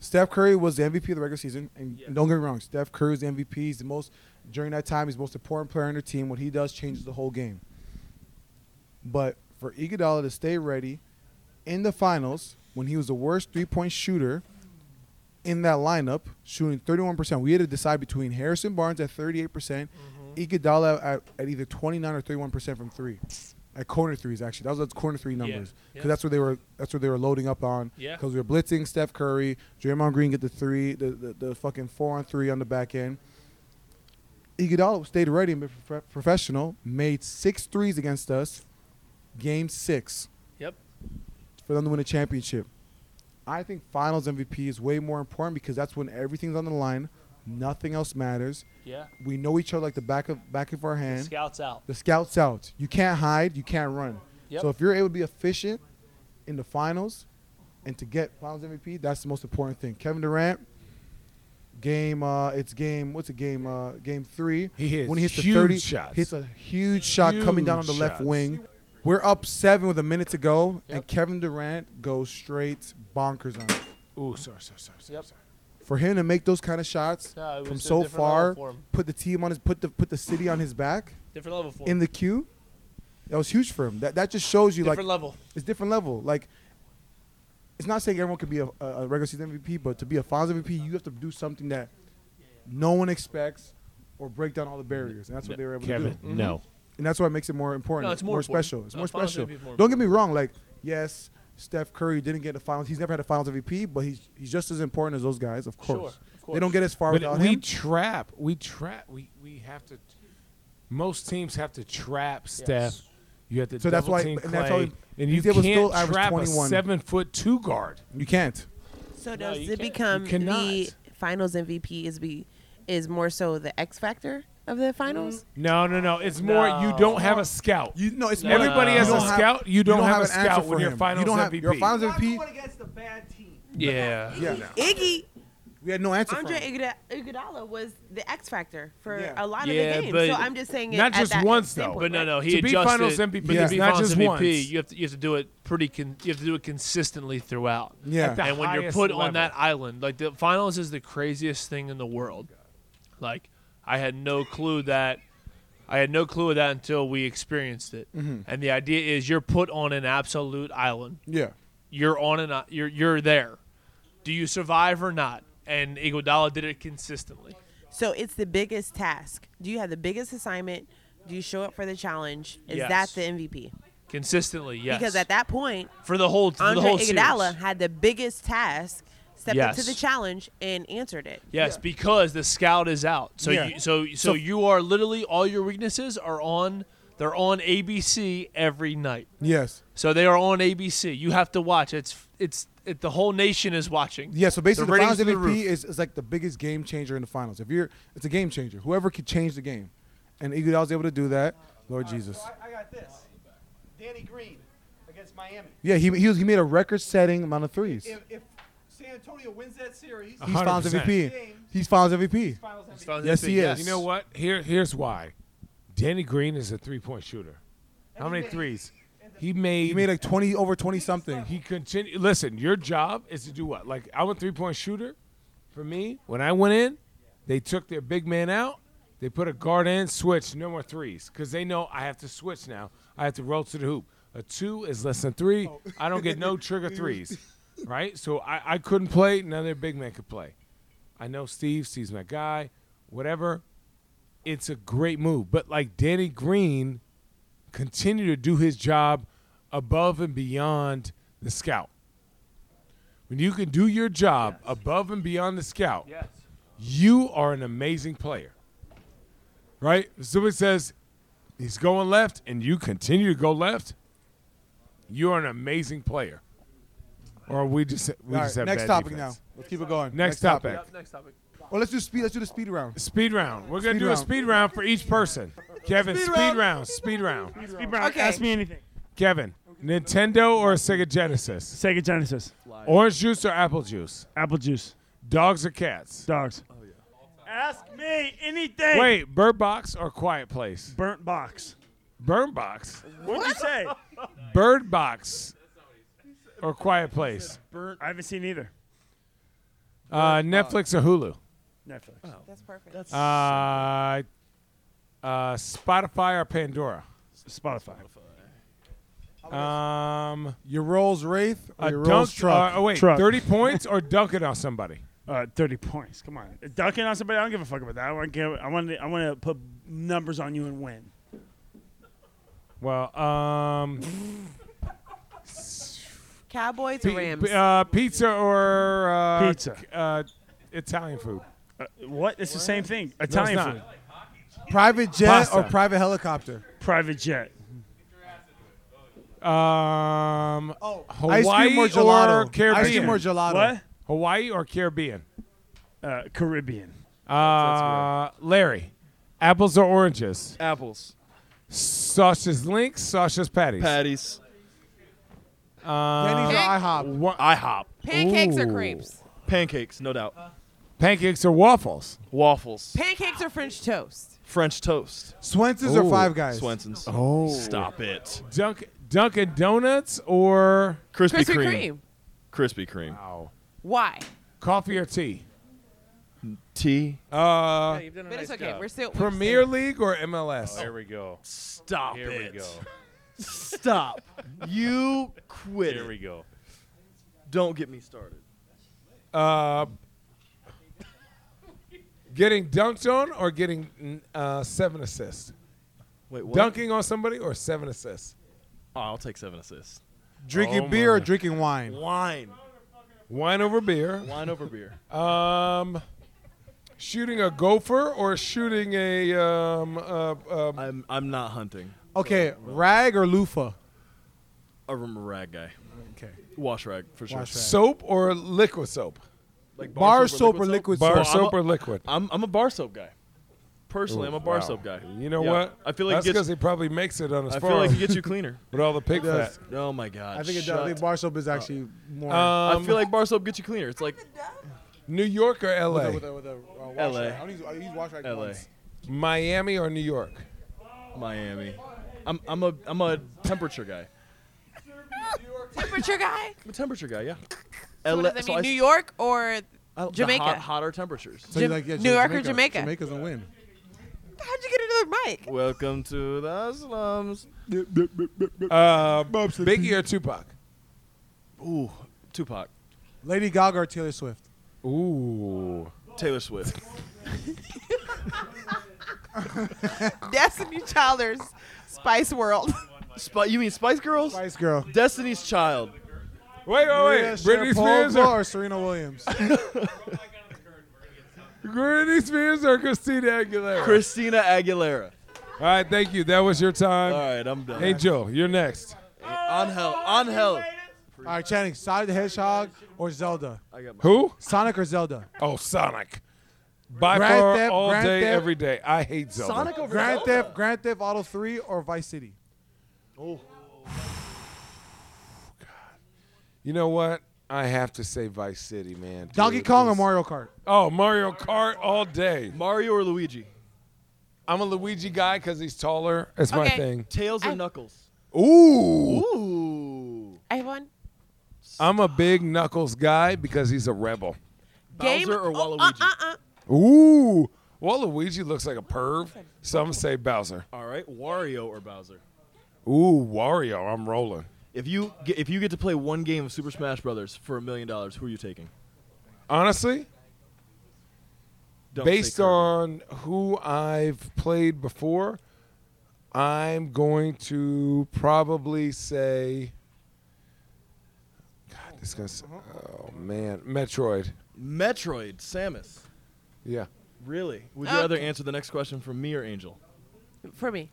S4: Steph Curry was the MVP of the regular season, and don't get me wrong, Steph Curry was the MVP. He's the most during that time. He's the most important player on their team. What he does changes the whole game. But for Iguodala to stay ready in the finals when he was the worst three-point shooter in that lineup, shooting 31%, we had to decide between Harrison Barnes at 38%, percent
S9: Mm-hmm.
S4: Iguodala at, at either 29 or 31% from three. At corner threes, actually, that was those corner three numbers
S9: Yeah.
S4: because that's where they were. That's where they were loading up on.
S9: Yeah.
S4: Because we were blitzing Steph Curry, Draymond Green get the three, the, the, the fucking four on three on the back end. Iguodala stayed ready and been prof- professional, made six threes against us, game six
S9: Yep.
S4: for them to win a championship. I think finals MVP is way more important because that's when everything's on the line, nothing else matters.
S9: Yeah.
S4: We know each other like the back of back of our hand.
S9: Scouts out.
S4: The scout's out. You can't hide. You can't run.
S9: Yep.
S4: So if you're able to be efficient in the finals and to get finals MVP, that's the most important thing. Kevin Durant, game, uh, it's game, what's it, game, uh, game three.
S3: He hits
S4: when he hits
S3: huge
S4: the 30,
S3: shots.
S4: hits a huge shot coming down on the
S3: Huge
S4: left
S3: shots.
S4: wing. We're up seven with a minute to go, and
S9: Yep.
S4: Kevin Durant goes straight bonkers on it.
S3: Ooh, sorry, sorry, sorry, sorry.
S9: Yep.
S3: sorry.
S4: For him to make those kind of shots
S9: No, it was
S4: from
S9: a
S4: so
S9: different
S4: far,
S9: level for him.
S4: put the team on his, put the put the city on his back
S9: Different level for
S4: in
S9: him.
S4: the queue. That was huge for him. That that just shows you
S9: Different
S4: like
S9: level.
S4: it's different level. Like it's not saying everyone could be a, a a regular season MVP, but to be a finals MVP, you have to do something that no one expects or break down all the barriers, and that's what they were able
S3: Kevin,
S4: to do.
S3: no.
S4: And that's why it makes it more important.
S9: No, it's more important.
S4: special. It's
S9: No,
S4: more
S9: finals
S4: special.
S9: MVP is more
S4: Don't get me wrong. Like yes, Steph Curry didn't get the finals. He's never had a finals MVP, but he's he's just as important as those guys. Of course,
S9: Sure, of
S4: they don't
S9: course.
S4: get as far
S3: But
S4: without
S3: we
S4: him.
S3: trap. We trap. We we have to. Most teams have to trap Steph. You have to
S4: So that's
S3: double
S4: why-
S3: team
S4: and
S3: Clay,
S4: that's why
S3: and, you
S4: he's able to
S3: can't
S4: still average
S3: trap
S4: 21.
S3: a seven foot two guard.
S4: You can't.
S6: So does
S9: you
S6: it become
S9: can't.
S3: You
S6: the
S3: cannot.
S6: finals MVP is be is more so the X factor of the finals?
S3: No, no, no. It's more you don't have a scout.
S4: You no, it's
S9: No.
S4: more-
S3: Everybody
S4: you
S3: has
S4: don't
S3: a
S4: have-
S3: scout. You don't, have, a
S4: an answer
S3: scout
S4: for
S3: when you're
S4: him.
S3: finals
S4: you don't have,
S3: MVP.
S4: Your finals
S10: Not
S4: MVP.
S10: going against the bad team.
S9: Yeah.
S4: Yeah,
S6: Iggy
S4: we had no answer. for
S6: Andre
S4: him.
S6: Iguodala- Iguodala was the X factor for
S4: Yeah.
S6: a lot
S9: Yeah,
S6: of the
S9: but
S6: games. So I'm just saying it
S3: not
S6: at
S3: just
S6: that
S3: once, though.
S6: standpoint,
S9: But no,
S6: right?
S9: no, he
S3: To be
S9: adjusted.
S3: Finals MVP,
S9: but
S4: yeah.
S9: to be
S3: not
S9: finals
S3: just
S9: MVP,
S3: once.
S9: you have to you have to do it pretty. Con- you have to do it consistently throughout.
S4: Yeah.
S3: At the
S9: and when you're
S3: highest
S9: put
S3: level.
S9: on that island, like the finals is the craziest thing in the world. Like I had no clue that I had no clue of that until we experienced it.
S3: Mm-hmm.
S9: And the idea is you're put on an absolute island.
S4: Yeah.
S9: You're on an i- you're you're there. Do you survive or not? And Iguodala did it consistently.
S6: So it's the biggest task. Do you have the biggest assignment? Do you show up for the challenge? Is
S9: Yes.
S6: that the MVP?
S9: Consistently, yes.
S6: Because at that point,
S9: for the whole for the
S6: Andre
S9: whole
S6: Iguodala
S9: series.
S6: had the biggest task, stepped up to
S9: Yes.
S6: the challenge, and answered it.
S9: Yes, because the scout is out. So
S4: Yeah.
S9: you, so so you are literally all your weaknesses are on. They're on ABC every night.
S4: Yes.
S9: So they are on ABC. You have to watch. It's it's it, the whole nation is watching.
S4: Yeah, so basically, the,
S9: ratings through
S4: finals
S9: the
S4: MVP
S9: roof.
S4: is, is like the biggest game changer in the finals. If you're, it's a game changer. Whoever could change the game, and Iguodala's able to do that. Lord Jesus.
S10: So I, I got this. Danny Green against Miami.
S4: Yeah, he he, was, he made a record-setting amount of threes.
S10: If, if San Antonio wins that series,
S4: He's finals
S3: 100%.
S4: MVP. He's finals MVP.
S10: finals MVP.
S9: Finals
S4: Yes, he
S9: MVP,
S4: is.
S3: You know what? Here, here's why. Danny Green is a three point shooter. How many threes? He made.
S4: He made like 20 over 20 something.
S3: He continue. Listen, your job is to do what? Like I'm a three point shooter. For me, when I went in, they took their big man out. They put a guard in, switch, no more threes, because they know I have to switch now. I have to roll to the hoop. A two is less than three. I don't get no trigger threes, right? So I, I couldn't play. None of their big men could play. I know Steve. Steve's my guy. Whatever. It's a great move, but like Danny Green continue to do his job above and beyond the scout. When you can do your job above and beyond the scout,
S9: Yes.
S3: you are an amazing player. Right? If Somebody says he's going left and you continue to go left, you're an amazing player. Or we just we
S4: All
S3: just
S4: right,
S3: have
S4: next
S3: bad
S4: topic
S3: defense.
S4: now. Let's keep it going.
S3: Next topic.
S9: Yep, next topic.
S4: Oh, let's do speed. Let's do the speed round.
S3: Speed round. We're gonna
S4: Speed
S3: do a
S4: round.
S3: speed round for each person. Kevin, speed,
S4: round.
S3: round, speed round.
S5: Speed Brown,
S6: Okay.
S5: ask me anything.
S3: Kevin, Nintendo or Sega Genesis?
S5: Sega Genesis,
S3: Orange juice or apple juice?
S5: apple juice,
S3: Dogs or cats?
S5: dogs. Oh yeah. Ask me anything.
S3: Wait, Bird Box or Quiet Place?
S5: burnt box.
S3: Burn Box,
S5: What'd you say?
S3: Bird Box, or Quiet Place.
S5: I haven't seen either.
S3: Uh, Netflix or Hulu.
S5: Netflix.
S8: Oh.
S6: That's perfect.
S3: Uh, uh, Spotify or Pandora.
S5: Spotify.
S3: Um,
S4: Your Rolls Wraith or
S3: a
S4: your
S3: dunk.
S4: Rolls truck?
S3: uh, oh wait,
S5: Truck.
S3: thirty points or dunk it on somebody.
S5: Uh, Thirty points. Come on, dunking on somebody. I don't give a fuck about that. I want to. I want to. I want to put numbers on you and win.
S3: Well, um,
S6: Cowboys
S3: pi-
S6: or Rams?
S3: pi- uh, pizza or uh,
S5: Pizza.
S3: c- Uh, Italian food.
S5: Uh, what? It's the same thing.
S3: No, it's
S5: Italian
S3: not.
S5: food.
S4: private jet or
S3: Pasta.
S4: private helicopter?
S5: Private jet.
S3: Um,
S4: Oh,
S3: Hawaii
S4: ice cream or gelato?
S3: Caribbean?
S4: Ice cream or gelato?
S5: What?
S3: Hawaii or Caribbean?
S5: Uh, Caribbean.
S3: Uh, Larry, apples or oranges?
S8: Apples.
S3: Sausage links, sausage patties. Um,
S8: Patties. Uh,
S4: Denny's or
S6: Pancake-
S4: IHOP?
S8: IHOP.
S6: Pancakes or
S3: Ooh.
S6: crepes?
S8: Pancakes, no doubt.
S3: Pancakes or waffles?
S8: Waffles.
S6: Pancakes or French toast?
S8: French toast.
S4: Swenson's
S3: Ooh.
S4: or Five Guys?
S8: Swenson's.
S4: Oh.
S8: Stop it.
S3: Dunk, Dunkin' Donuts or
S8: Krispy
S6: Krispy
S8: Kreme.
S6: Kreme.
S8: Krispy Kreme.
S6: Why?
S3: coffee or tea?
S8: Tea.
S3: Uh,
S2: you've done a
S6: But it's okay. We're still we're
S3: Premier
S6: still-
S3: League or MLS?
S2: There Oh, we go.
S8: Stop
S2: Here
S8: it.
S2: we go.
S8: Stop. you quit.
S2: Here
S8: it.
S2: we go.
S8: Don't get me started.
S3: Uh, getting dunked on or getting n- uh, seven assists?
S8: Wait, what?
S3: Dunking on somebody or seven assists?
S8: Oh, I'll take seven assists.
S4: Drinking
S3: Oh,
S4: beer or
S3: my.
S4: drinking wine?
S8: Wine.
S3: Wine over beer.
S8: Wine over beer.
S3: Um, shooting a gopher or shooting a um, uh, uh,
S8: I'm I'm not hunting.
S4: Okay, rag or loofah?
S8: I'm a rag guy.
S4: Okay.
S8: Wash rag for sure.
S4: Wash rag.
S3: soap
S4: Uh,
S3: or liquid soap?
S8: Like
S4: Bar soap or liquid
S3: Bar
S8: Well,
S4: soap?
S8: I'm
S3: soap
S8: a-
S3: or liquid?
S8: I'm I'm a bar soap guy. Personally, I'm a bar
S3: Wow.
S8: soap guy.
S3: You know
S8: Yeah.
S3: what?
S8: I feel like
S3: that's
S8: it
S3: because
S8: gets.
S3: he probably makes it on his
S8: I feel
S3: farm
S8: like it gets you cleaner.
S3: with all the pig
S4: does.
S3: fat.
S8: Oh my god.
S4: I think it does.
S8: shut
S4: I think bar soap is actually more.
S3: Um,
S8: I feel like bar soap gets you cleaner. It's like
S3: New York or
S4: with
S3: L.A.
S4: a, with a, with a, uh, wash
S8: LA.
S4: rag. I don't use, I use wash rag
S8: LA,
S4: once.
S3: Miami or New York?
S8: Miami. I'm I'm a I'm a temperature guy.
S6: temperature guy.
S8: I'm a temperature guy. Yeah.
S6: So what does that mean? New York or Jamaica?
S8: hotter temperatures.
S4: So
S6: Jam-
S4: you like, yeah,
S6: New York or Jamaica?
S4: Jamaica's a win.
S6: how'd you get another mic?
S8: Welcome to the slums.
S3: Uh, Biggie or Tupac?
S8: Ooh, Tupac,
S4: Lady Gaga or Taylor Swift?
S3: Ooh.
S8: Taylor Swift.
S6: Destiny Childers, Spice World.
S8: Spi- you mean Spice Girls?
S4: Spice Girl.
S8: Destiny's Child.
S3: Wait, wait, Oh, wait.
S4: Maria
S3: Britney
S4: Sharapova
S3: Spears or
S4: or Serena Williams?
S3: Britney Spears or Christina Aguilera?
S8: Christina Aguilera.
S3: All right, thank you. That was your
S8: All
S3: time.
S8: right, I'm done.
S3: Hey, Joe, you're next.
S8: on hell, on hell.
S4: All right, Channing, Sonic the Hedgehog or Zelda?
S8: I got my-
S3: Who?
S4: Sonic or Zelda?
S3: Oh, Sonic. By
S4: Grand
S3: far,
S4: Theft-
S3: all
S4: Grand
S3: day,
S4: Theft-
S3: every day. I hate Zelda.
S8: Sonic over
S4: Grand
S8: Zelda.
S4: Theft, Grand Theft Auto 3 or Vice City?
S3: Oh, You know what? I have to say Vice City, man.
S4: Donkey
S3: Dude,
S4: Kong or
S3: it's-
S4: Mario Kart?
S3: Oh, Mario Kart all day.
S8: Mario or Luigi?
S3: I'm a Luigi guy because he's taller. That's my
S6: Okay.
S3: thing.
S8: Tails or Knuckles?
S3: Ooh.
S8: Ooh.
S6: I have one.
S3: I'm a big Knuckles guy because he's a rebel.
S6: Game
S8: Bowser or
S6: oh,
S8: Waluigi?
S6: Uh, uh, uh.
S3: Ooh. Well, Luigi looks like a perv. Some say Bowser.
S8: All right, Wario or Bowser?
S3: Ooh, Wario. I'm rolling.
S8: If you get, if you get to play one game of Super Smash Brothers for a million dollars, who are you taking?
S3: Honestly,
S8: Don't
S3: based
S8: say Kirby.
S3: on who I've played before, I'm going to probably say. God, this guy's. Oh man, Metroid.
S8: Metroid, Samus.
S3: Yeah,
S8: Really? Would you rather answer the next question from me or Angel?
S6: uh. For me,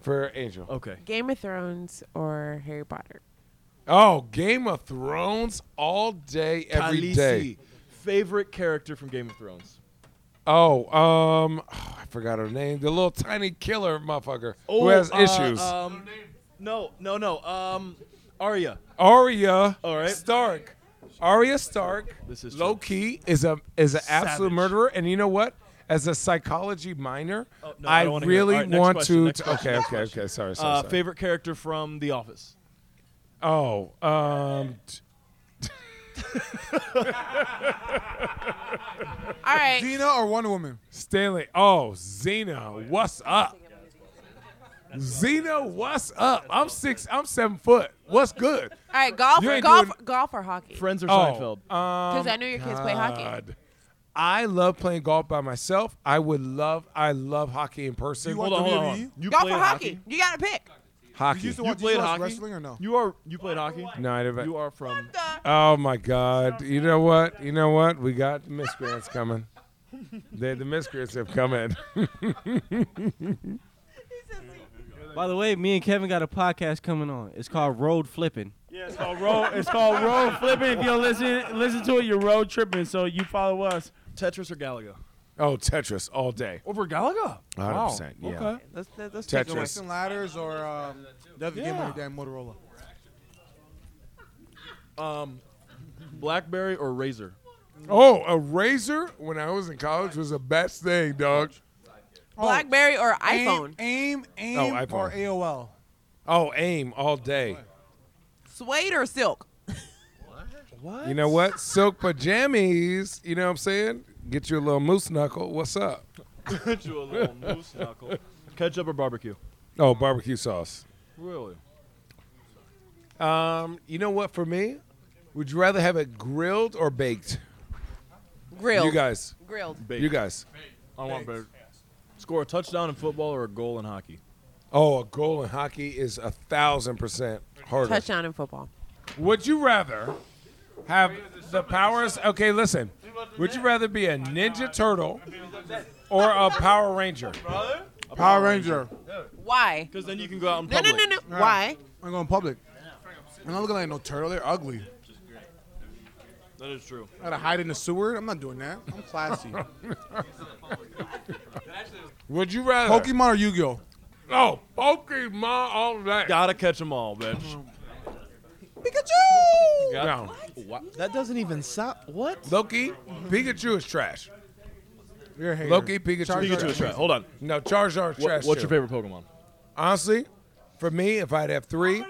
S3: for Angel.
S8: Okay.
S6: Game of Thrones or Harry Potter.
S3: Oh, Game of Thrones all day, every
S8: Khaleesi,
S3: day.
S8: Favorite character from Game of Thrones?
S3: Oh, um, oh, I forgot her name. The little tiny killer motherfucker who
S8: Oh,
S3: has
S8: uh,
S3: issues.
S8: Um, no, no, no. Um, Arya.
S3: Arya
S8: All right.
S3: Stark. Arya Stark.
S8: This is true.
S3: low key is a is an absolute
S8: Savage.
S3: murderer, and you know what? as a psychology minor,
S8: Oh, no, I
S3: I,
S8: don't wanna hear it.
S3: really
S8: All right, next
S3: want
S8: question,
S3: to.
S8: next
S3: t-
S8: question,
S3: okay,
S8: next
S3: okay, okay. Sorry, sorry,
S8: Uh,
S3: sorry.
S8: favorite character from The Office.
S3: Oh, um, t-
S6: All right.
S4: Gina or Wonder Woman?
S3: Stanley. Oh, Xena, what's up? Xena, what's up? I'm six. I'm seven foot. What's good?
S6: All right, golf,
S3: You
S6: or
S3: ain't
S6: golf,
S3: doing-
S6: golf or hockey?
S8: Friends or
S3: Oh,
S8: Seinfeld?
S6: Because I know your kids play hockey.
S3: God. I love playing golf by myself. I would love. I love hockey in person.
S4: You want
S8: hold on, hold on.
S4: WWE?
S8: hold on. You
S6: Golf or
S8: played
S6: hockey? You got to pick.
S3: hockey.
S4: You used to
S8: You
S4: watch, you
S8: played
S4: used to watch
S8: hockey?
S4: wrestling or no?
S8: You are you played hockey.
S3: no, I never.
S8: You are from.
S3: Oh my God! You know what? You know what? We got the miscreants coming. the, the miscreants have come in.
S7: By the way, me and Kevin got a podcast coming on. It's called Road Flipping.
S5: Yeah, it's called road. It's called road flipping. If you don't listen listen to it, you're road tripping. So you follow us.
S8: Tetris or Galaga?
S3: Oh, Tetris all day.
S8: Over Galaga.
S3: 100.
S8: Wow.
S3: percent Yeah.
S8: Okay.
S6: Let's, let's, let's
S3: Tetris.
S6: take a look.
S4: Wrestling ladders or um, the other game on your damn Motorola.
S8: Um, BlackBerry or Razor?
S3: Oh, a razor when I was in college was the best thing, dog.
S6: Blackberry or iPhone?
S4: Aim, aim,
S3: Oh,
S4: aim or
S3: iPhone.
S4: AOL.
S3: Oh, aim all day.
S6: Suede or silk?
S3: You know what? Silk pajamas. You know what I'm saying? Get you a little moose knuckle. What's up?
S8: to a little moose knuckle. Ketchup or barbecue?
S3: Oh, barbecue sauce.
S8: Really?
S3: Um, you know what? For me, would you rather have it grilled or baked?
S6: Grilled.
S3: You guys.
S6: Grilled.
S3: You guys.
S8: I want bird. Score a touchdown in football or a goal in hockey?
S3: Oh, a goal in hockey is a thousand percent harder.
S6: Touchdown in football.
S3: Would you rather have the powers? Okay, listen. Would you rather be a Ninja Turtle or a Power Ranger?
S4: Power Ranger.
S6: Why?
S8: Because then you can go out in
S6: No, no,
S8: public.
S6: no, no. Why?
S4: I'm going public. I'm not looking like no turtle. They're ugly.
S8: That is true.
S4: I gotta hide in the sewer. I'm not doing that. I'm classy.
S3: Would you rather?
S4: Pokemon or Yu-Gi-Oh?
S3: Oh, Pokemon all day.
S8: Gotta catch them all, bitch.
S6: Pikachu!
S3: No,
S8: Wow. That doesn't even sound. What?
S3: Loki, Pikachu is trash.
S4: You're a hater.
S3: Loki, Pikachu, is
S8: Pikachu
S3: trash.
S8: is trash. Hold on.
S3: No, Charizard is
S8: What-
S3: trash.
S8: what's
S3: too.
S8: your favorite Pokemon?
S3: Honestly, for me, if I'd have three,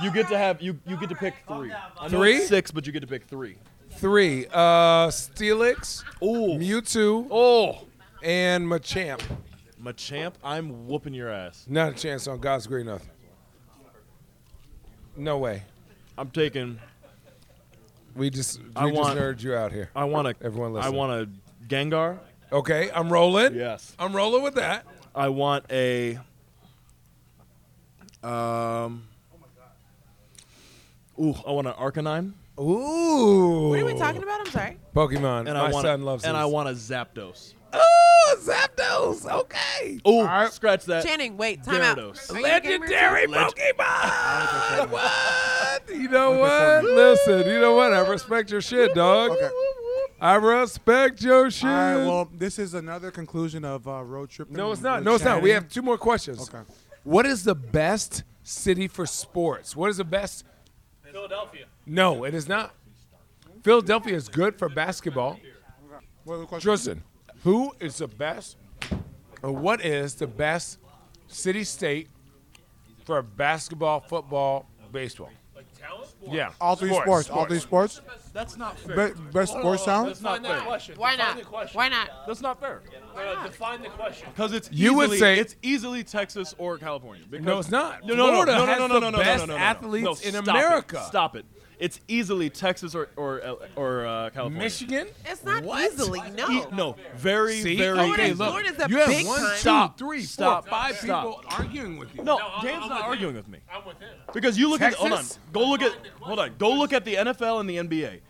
S8: You get to have you you get to pick three. I know
S3: Three?
S8: it's Six, but you get to pick three.
S3: three, uh, Steelix,
S8: Ooh.
S3: Mewtwo,
S8: Oh.
S3: and Machamp.
S8: Machamp, I'm whooping your ass.
S3: Not a chance on God's green earth. No way.
S8: I'm taking.
S3: We just we
S8: I
S3: just
S8: want-
S3: nerded you out here.
S8: I want a.
S3: Everyone
S8: I
S3: listen.
S8: want a Gengar.
S3: Okay, I'm rolling.
S8: Yes.
S3: I'm rolling with that.
S8: I want a. Um. Ooh, I want an Arcanine,
S3: Ooh.
S6: What are we talking about? I'm sorry.
S3: Pokemon.
S8: and
S3: My
S8: I want
S3: son
S8: a,
S3: loves
S8: and
S3: these.
S8: I want a Zapdos.
S3: Ooh, Zapdos. Okay.
S8: Ooh, scratch that.
S6: Channing, wait, time
S8: Gyarados.
S6: out. Are you a gamer too?
S3: Pokemon. what? You know what? Listen, you know what? I respect your shit, dog.
S4: Okay.
S3: I respect your shit.
S4: All right. Well, this is another conclusion of uh, road trip.
S3: no, it's not. No, it's not. We have two more questions.
S4: Okay.
S3: What is the best city for sports? What is the best?
S9: Philadelphia.
S3: No, it is not. Philadelphia is good for basketball.
S4: What are the questions?
S3: Tristan, who is the best, or what is the best city state for basketball, football, baseball? Yeah,
S4: All three sports. All three sports.
S9: That's not fair.
S4: Be- uh, best sports sound.
S9: That's not fair. Question.
S6: Why
S9: Define
S6: not?
S9: the question.
S6: Why not?
S8: That's not fair.
S9: Uh, define the question.
S8: Because it's
S3: You would
S8: easily,
S3: say-
S8: it's easily Texas or California. Because
S3: No, it's not.
S8: No, no, no,
S3: Florida
S8: no, no,
S3: has
S8: no, no,
S3: the
S8: no, no, no,
S3: best
S8: no, no, no.
S3: athletes
S8: no,
S3: in
S8: stop
S3: America.
S8: It. Stop it. It's easily Texas or or L- or uh, California.
S3: Michigan.
S6: It's not
S3: What?
S6: easily. No.
S8: E- no, very,
S3: See,
S8: very.
S6: Florida-
S3: okay,
S8: easily.
S3: look,
S6: Florida's a
S3: you have
S6: big
S3: one,
S6: time.
S3: two, three,
S8: Stop.
S3: four, five
S8: Stop.
S3: people arguing with you.
S8: No,
S9: I'm-
S8: Dan's
S9: I'm
S8: not
S9: with
S8: arguing
S9: him.
S8: with me
S9: I'm with him.
S8: because you look at. Hold on.
S3: Texas?
S8: Go look at. Hold on. Go look at the NFL and the NBA.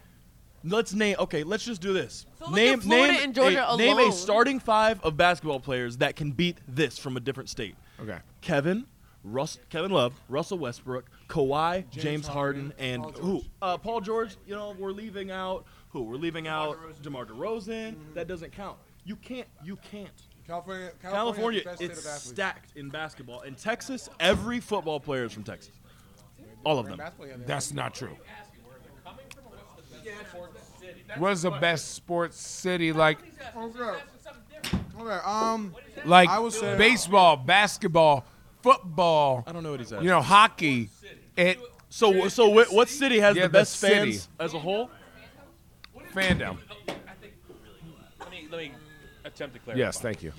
S8: Let's name. Okay, let's just do this.
S6: So look at
S8: name
S6: Florida
S8: name
S6: and Georgia
S8: a, name a
S6: alone.
S8: starting five of basketball players that can beat this from a different state.
S3: Okay.
S8: Kevin, Russ, Kevin Love, Russell Westbrook, Kawhi, James, Harden, and who? Uh, Paul George. You know, we're leaving out who? We're leaving out DeMar DeRozan. That doesn't count. You can't. You can't.
S4: California.
S8: California, it's stacked in basketball. In Texas, every football player is from Texas. All of them.
S3: That's not true. What's the best sports city like?
S4: Okay. Okay. Um.
S3: Like
S4: I would say-
S3: baseball, basketball, football.
S8: I don't know what he's at.
S3: You know, hockey. It
S8: so so what, what city has
S3: Yeah,
S8: the
S3: the
S8: best
S3: city.
S8: fans as a whole?
S3: fandom.
S2: Let me let me attempt to clarify.
S3: Yes, thank you.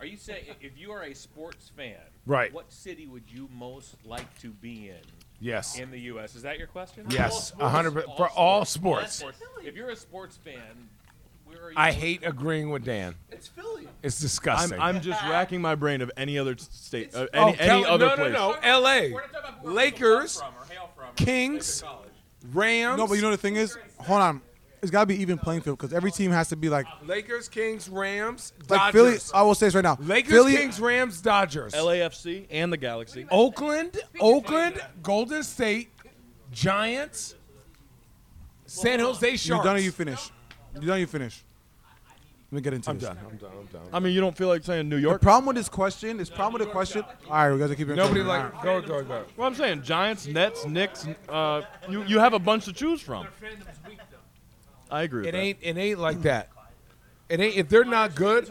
S2: Are you saying i- if you are a sports fan,
S3: Right.
S2: What city would you most like to be in
S3: Yes.
S2: in the U.S.? Is that your question?
S3: Yes,
S2: All
S3: a hundred
S2: sports,
S3: per- for all sports.
S2: If you're a sports fan, where are you?
S3: I hate agreeing with Dan.
S10: It's Philly.
S3: It's
S8: I'm,
S3: disgusting.
S8: I'm just racking my brain of any other state, uh,
S3: Oh,
S8: any, any
S3: Kelly-
S8: other
S3: no,
S8: place.
S3: No, no, L.A. Lakers, Kings, Rams.
S4: No, but you know the thing is, hold on. It's gotta be even playing field because every team has to be like
S3: Lakers, Kings, Rams, Dodgers.
S4: like Philly.
S3: uh,
S4: I will say this right now.
S3: Lakers,
S4: Philly,
S3: Kings, Rams, Dodgers.
S8: LAFC and the Galaxy.
S3: Oh, Oakland, Oakland, Golden State, Giants, San Jose Sharks.
S4: You're done. Or you finish. You're done. or You finish. Let me get into
S3: I'm
S4: this.
S3: done. I'm done. I'm done.
S8: I mean, you don't feel like saying New
S4: The
S8: York.
S4: problem with this question, this problem with the question. All right, we guys are keeping.
S3: Nobody like go go go.
S8: Well, I'm saying Giants, Nets, Knicks. Uh, you you have a bunch to choose from. I agree. With
S3: It
S8: that.
S3: ain't it ain't like that. It ain't if they're not good.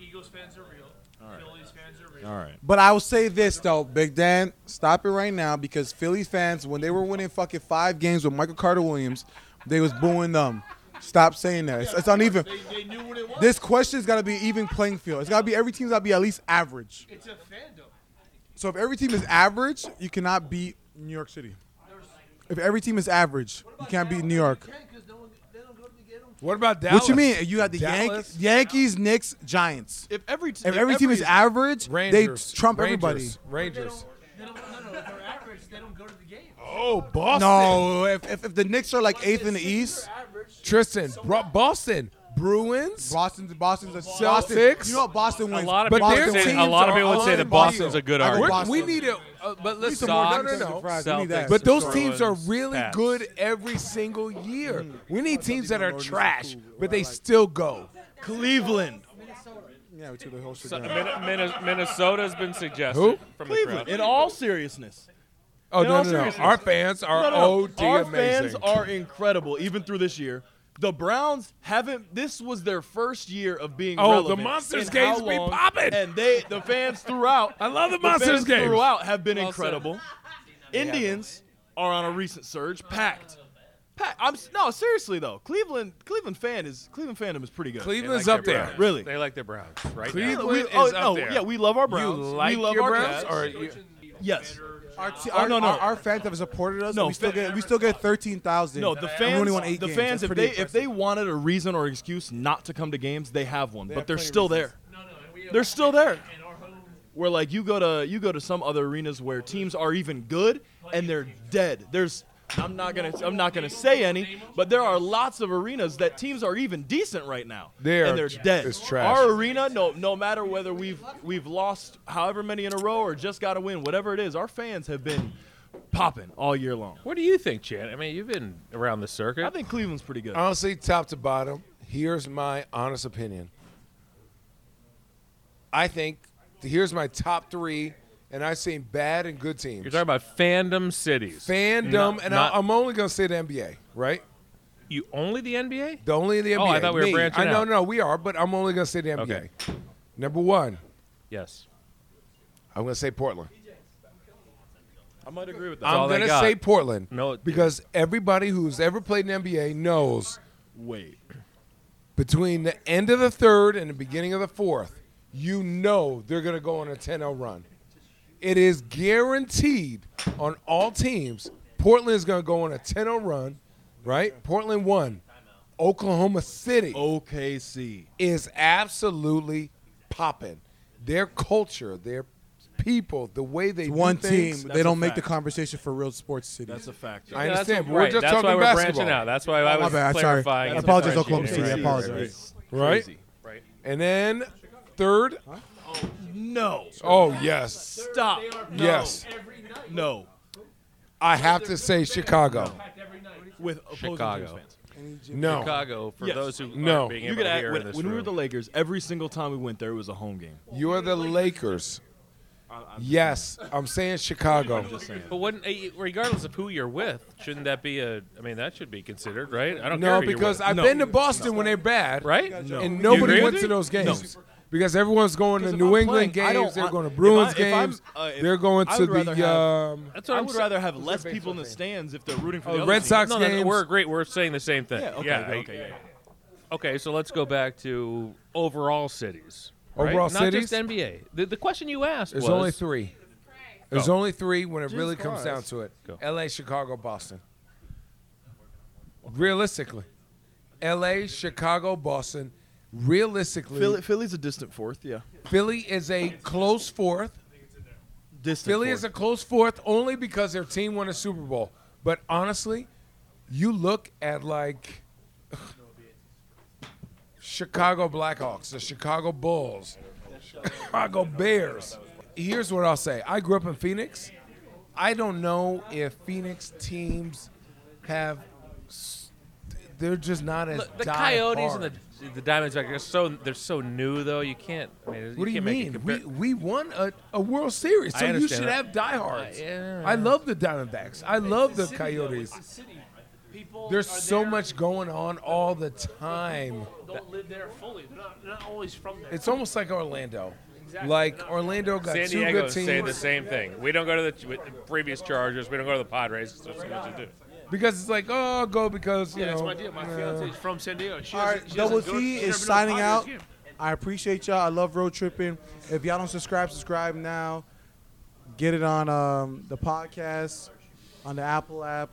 S9: Eagles fans are real. Phillies fans are real.
S8: All right.
S4: But I will say this though, Big Dan, stop it right now because Philly fans, when they were winning fucking five games with Michael Carter Williams, they was booing them. Stop saying that. It's, it's uneven.
S10: They knew what it was.
S4: This question's got to be even playing field. It's got to be every team's got to be at least average.
S10: It's a fandom.
S4: So if every team is average, you cannot beat New York City. If every team is average, you can't beat New York.
S10: Ten, 'cause no one, they don't go to the ghetto.
S3: What about Dallas?
S4: What you mean? You had the Yan-
S3: Dallas?
S4: Yankees, Knicks, Giants.
S8: If every t-
S4: If every team is average,
S3: Rangers,
S4: they trump
S3: Rangers,
S4: everybody.
S3: Rangers.
S10: They don't, no, no, if they're average, they don't go to the game.
S3: Oh, Boston.
S4: No, if, if, if the Knicks are like eighth in the East,
S10: Average.
S3: Tristan, Bro- Boston, Bruins.
S4: Boston's Boston's a
S3: Celtics?
S4: Boston. You know what Boston wins?
S2: A lot of
S3: But
S2: people
S3: their
S2: would say,
S3: teams
S2: a lot of
S3: are
S2: people would say
S3: on
S2: that
S3: fire.
S2: Boston's a good
S4: I would-
S2: argument.
S4: Boston.
S3: We need a, uh, but let's
S4: some more
S3: no,
S4: donuts
S3: no,
S4: and
S3: no.
S4: fries. We need that.
S3: But those
S4: Some
S3: teams are
S2: Bruins,
S3: really
S2: Pats.
S3: good every single year. We need teams that are
S4: Lord, this is
S3: trash,
S4: cool.
S3: but they still go.
S8: Cleveland.
S4: Yeah, we took the whole shit
S2: So,
S4: down.
S2: Min- Min- Minnesota's been suggested
S3: Who?
S2: from the crowd.
S8: Cleveland. In all seriously.
S3: Oh
S8: In
S3: no,
S8: all
S3: no, no!
S8: seriousness.
S3: Our fans are
S8: No, no, no.
S3: OD
S8: Our
S3: amazing.
S8: fans are incredible, even through this year. The Browns haven't. This was their first year of being.
S3: Oh, the
S8: relevant
S3: Monsters
S8: in how
S3: games be
S8: long,
S3: popping.
S8: and they the fans throughout.
S3: I love the
S8: fans
S3: Monsters games.
S8: throughout have been incredible. Indians are on a recent surge, packed. Packed. I'm s- no seriously though. Cleveland, Cleveland fan is Cleveland fandom is pretty good.
S3: Cleveland's
S2: They like
S3: up
S2: their
S3: there.
S2: Browns.
S8: Really?
S2: They like their Browns, right?
S3: Cleveland
S2: now.
S8: We-
S3: is
S8: oh,
S3: up
S8: no,
S3: there.
S8: yeah, we love our Browns.
S3: You like
S8: we love
S3: your
S8: our
S3: Browns,
S8: Cavs.
S3: or you,
S8: yes?
S4: Our, te-
S8: Oh,
S4: our,
S8: no, no.
S4: our, our fans have supported us.
S8: No,
S4: No, we still
S8: fan-
S4: get we still get thirteen thousand.
S8: No, the
S4: We
S8: fans.
S4: only won eight
S8: the
S4: games.
S8: fans,
S4: That's
S8: if
S4: pretty
S8: they if
S4: impressive.
S8: they wanted a reason or excuse not to come to games, they have one, but
S4: have
S8: they're
S4: plenty of
S8: still
S4: reasons.
S8: there. They're still there. Where like you go to you go to some other arenas where teams are even good and they're dead. There's I'm not gonna I'm not gonna say any, but there are lots of arenas that teams are even decent right now,
S3: They are-
S8: and they're dead.
S3: it's trash.
S8: Our arena, no no matter whether we've we've lost however many in a row or just got to win, whatever it is, our fans have been popping all year long.
S2: What do you think, Chan? I mean, you've been around the circuit.
S8: I think Cleveland's pretty good.
S3: honestly, top to bottom, here's my honest opinion. I think here's my top three, and I've seen bad and good teams.
S2: You're talking about fandom cities.
S3: fandom,
S2: Not-
S3: and
S2: not-
S3: I, I'm only gonna say the NBA, right?
S2: you only the NBA?
S3: The only the NBA.
S2: Oh, I thought we were
S3: me.
S2: branching
S3: I, No,
S2: out.
S3: no, we are, but I'm only gonna say the NBA.
S2: Okay.
S3: Number one,
S2: Yes.
S3: I'm gonna say Portland.
S8: I might agree with that.
S2: all
S3: I'm
S2: they
S3: gonna
S2: got.
S3: say Portland.
S2: No, it-
S3: because everybody who's ever played in the NBA knows
S8: Wait.
S3: between the end of the third and the beginning of the fourth, you know they're going to go on a 10 0 run. It is guaranteed on all teams. Portland is going to go on a 10 0 run, right? Portland won. Oklahoma City
S8: OKC.
S3: is absolutely popping. Their culture, their people, the way they do
S4: one team,
S3: things-
S4: they
S8: a
S4: don't make the
S8: fact.
S4: conversation for real sports cities.
S8: That's a fact.
S3: I
S2: Yeah, that's
S3: understand.
S2: what-
S3: but we're
S2: right,
S3: just
S2: that's
S3: talking
S2: why we're
S3: basketball,
S2: branching out. That's why I
S4: Oh, my
S2: was
S4: bad, sorry.
S2: clarifying.
S4: I
S2: and
S4: apologize, Oklahoma
S2: differentiating,
S4: City. I
S2: right?
S4: apologize.
S3: right? And then third,
S8: No.
S3: oh yes,
S8: Stop. No.
S3: yes,
S8: No.
S3: I have to say Chicago.
S8: With opposing
S2: Chicago.
S8: teams fans.
S3: No.
S2: Chicago, for
S8: Yes.
S2: those who
S3: No.
S2: aren't being
S8: You
S2: able
S8: could
S2: to
S8: act,
S2: hear in
S8: when,
S2: this
S8: when we were
S2: room.
S8: the Lakers, every single time we went there, it was a home game.
S3: You are the Lakers. Yes, I'm saying Chicago.
S2: But wouldn't, eh, regardless of who you're with, shouldn't that be a? I mean, that should be considered, right? I don't care.
S3: No,
S2: who you're
S3: because
S2: with.
S3: I've been to Boston when they're bad,
S2: Right? No.
S3: And
S2: You
S3: nobody
S2: agree
S3: went
S2: with
S3: to
S2: me?
S3: those
S2: No.
S3: games because everyone's going to
S8: Because if
S3: New
S8: I'm
S3: England
S8: playing, I
S3: games.
S8: don't
S3: They're
S8: want-
S3: going to
S8: if
S3: Bruins
S8: I- if I'm-
S3: games.
S8: uh, if-
S3: they're going
S8: I
S3: to
S8: would rather
S3: the
S8: have-
S3: um,
S2: That's what
S8: I
S2: I'm
S8: would
S2: saying.
S8: rather have less people in the stands if they're rooting for
S3: Oh,
S8: the other
S3: Red
S8: team.
S3: Sox
S2: No, no, no,
S3: games.
S2: we're great. We're saying the same thing.
S8: Yeah. Okay.
S2: yeah, I-
S8: okay. yeah.
S2: Okay, so let's go back to overall cities. right?
S3: Overall
S2: Not
S3: cities?
S2: just NBA. The, the question you asked
S3: there's
S2: was
S3: only three. There's
S2: Go.
S3: only three when it really
S4: Jesus
S3: comes down
S4: Christ.
S3: to it.
S2: Go.
S3: L.A., Chicago, Boston. Realistically, L.A., Chicago, Boston. Realistically,
S8: Philly, Philly's a distant fourth. Yeah.
S3: Philly is a close fourth.
S8: Distant.
S3: Philly
S8: fourth.
S3: is a close fourth only because their team won a Super Bowl. But honestly, you look at like Chicago Blackhawks, the Chicago Bulls, Chicago Bears. Here's what I'll say. I grew up in Phoenix. I don't know if Phoenix teams have s- they're just not as
S2: Look, the
S3: die
S2: Coyotes and
S3: hard.
S2: the the Diamondbacks are so they're so new though. You can't. I mean,
S3: What do you
S2: can't make a
S3: mean? We
S2: compar-
S3: we won a, a World Series,
S2: I
S3: so you
S2: understand
S3: should
S2: that.
S3: have diehards.
S2: Uh, yeah.
S3: I love the Diamondbacks. I love the Coyotes.
S9: People
S3: There's
S9: are
S3: so
S9: there.
S3: much going on all the time.
S9: Don't live there fully. They're not, they're not always from there.
S3: It's almost like Orlando. Like Orlando got
S2: San
S3: two
S2: Diego
S3: good teams
S2: saying the same thing. We don't go to the with the previous Chargers. We don't go to the Padres. There's so much to do.
S3: because it's like, oh, I'll go because you
S9: yeah, that's
S3: know.
S9: my deal. My
S3: uh,
S9: fiance is from San Diego. She
S4: All
S9: doesn't-
S4: right,
S9: she doesn't
S4: Double
S9: go to-
S4: T
S9: she's never
S4: is
S9: been to a
S4: signing
S9: Padres
S4: out.
S9: game.
S4: I appreciate y'all. I love road tripping. If y'all don't subscribe, subscribe now. Get it on um, the podcast, on the Apple app,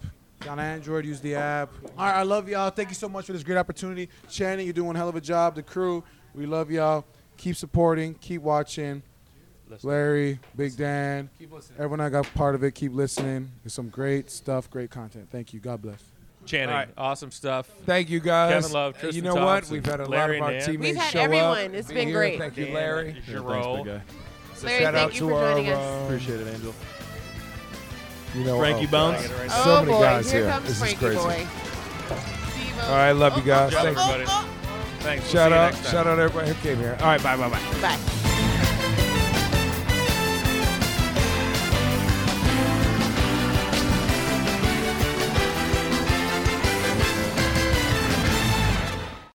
S4: on Android. Use the app. All right, I love y'all. Thank you so much for this great opportunity, Shannon. You're doing a hell of a job. The crew, we love y'all. Keep supporting. Keep watching. Larry, Big Dan, everyone I got part of it. Keep listening. There's some great stuff, great content. Thank you. God bless.
S2: Channing,
S3: All right.
S2: awesome stuff.
S3: Thank you guys.
S2: Kevin Love,
S3: Uh, you
S2: Tristan
S3: know what?
S2: Thompson,
S3: We've had a
S2: Larry
S3: lot of our
S2: and Dan.
S3: teammates
S6: We've had
S3: show
S6: everyone.
S3: up.
S6: It's
S3: Be
S6: been
S3: here.
S6: great.
S3: Thank you, Larry.
S8: Yeah, thanks,
S2: Giroux.
S8: big guy.
S6: Larry,
S3: Shout out
S6: thank you
S3: to
S6: for
S3: our,
S6: joining
S3: uh,
S6: us.
S8: Appreciate it, Angel.
S3: you know,
S8: Frankie
S3: oh,
S8: Bounce.
S3: God.
S2: Right
S3: So
S6: Oh
S3: many
S6: boy,
S3: guys
S6: here,
S3: here.
S6: comes
S3: This is
S6: Frankie
S3: crazy.
S6: boy. Steve-o.
S3: All right, love you guys.
S2: Good job,
S3: Thank you.
S2: everybody. Thanks. We'll
S3: Shout
S2: see you
S3: out,
S2: next time.
S3: shout out everybody who came here. All right, bye, bye, bye.
S6: Bye.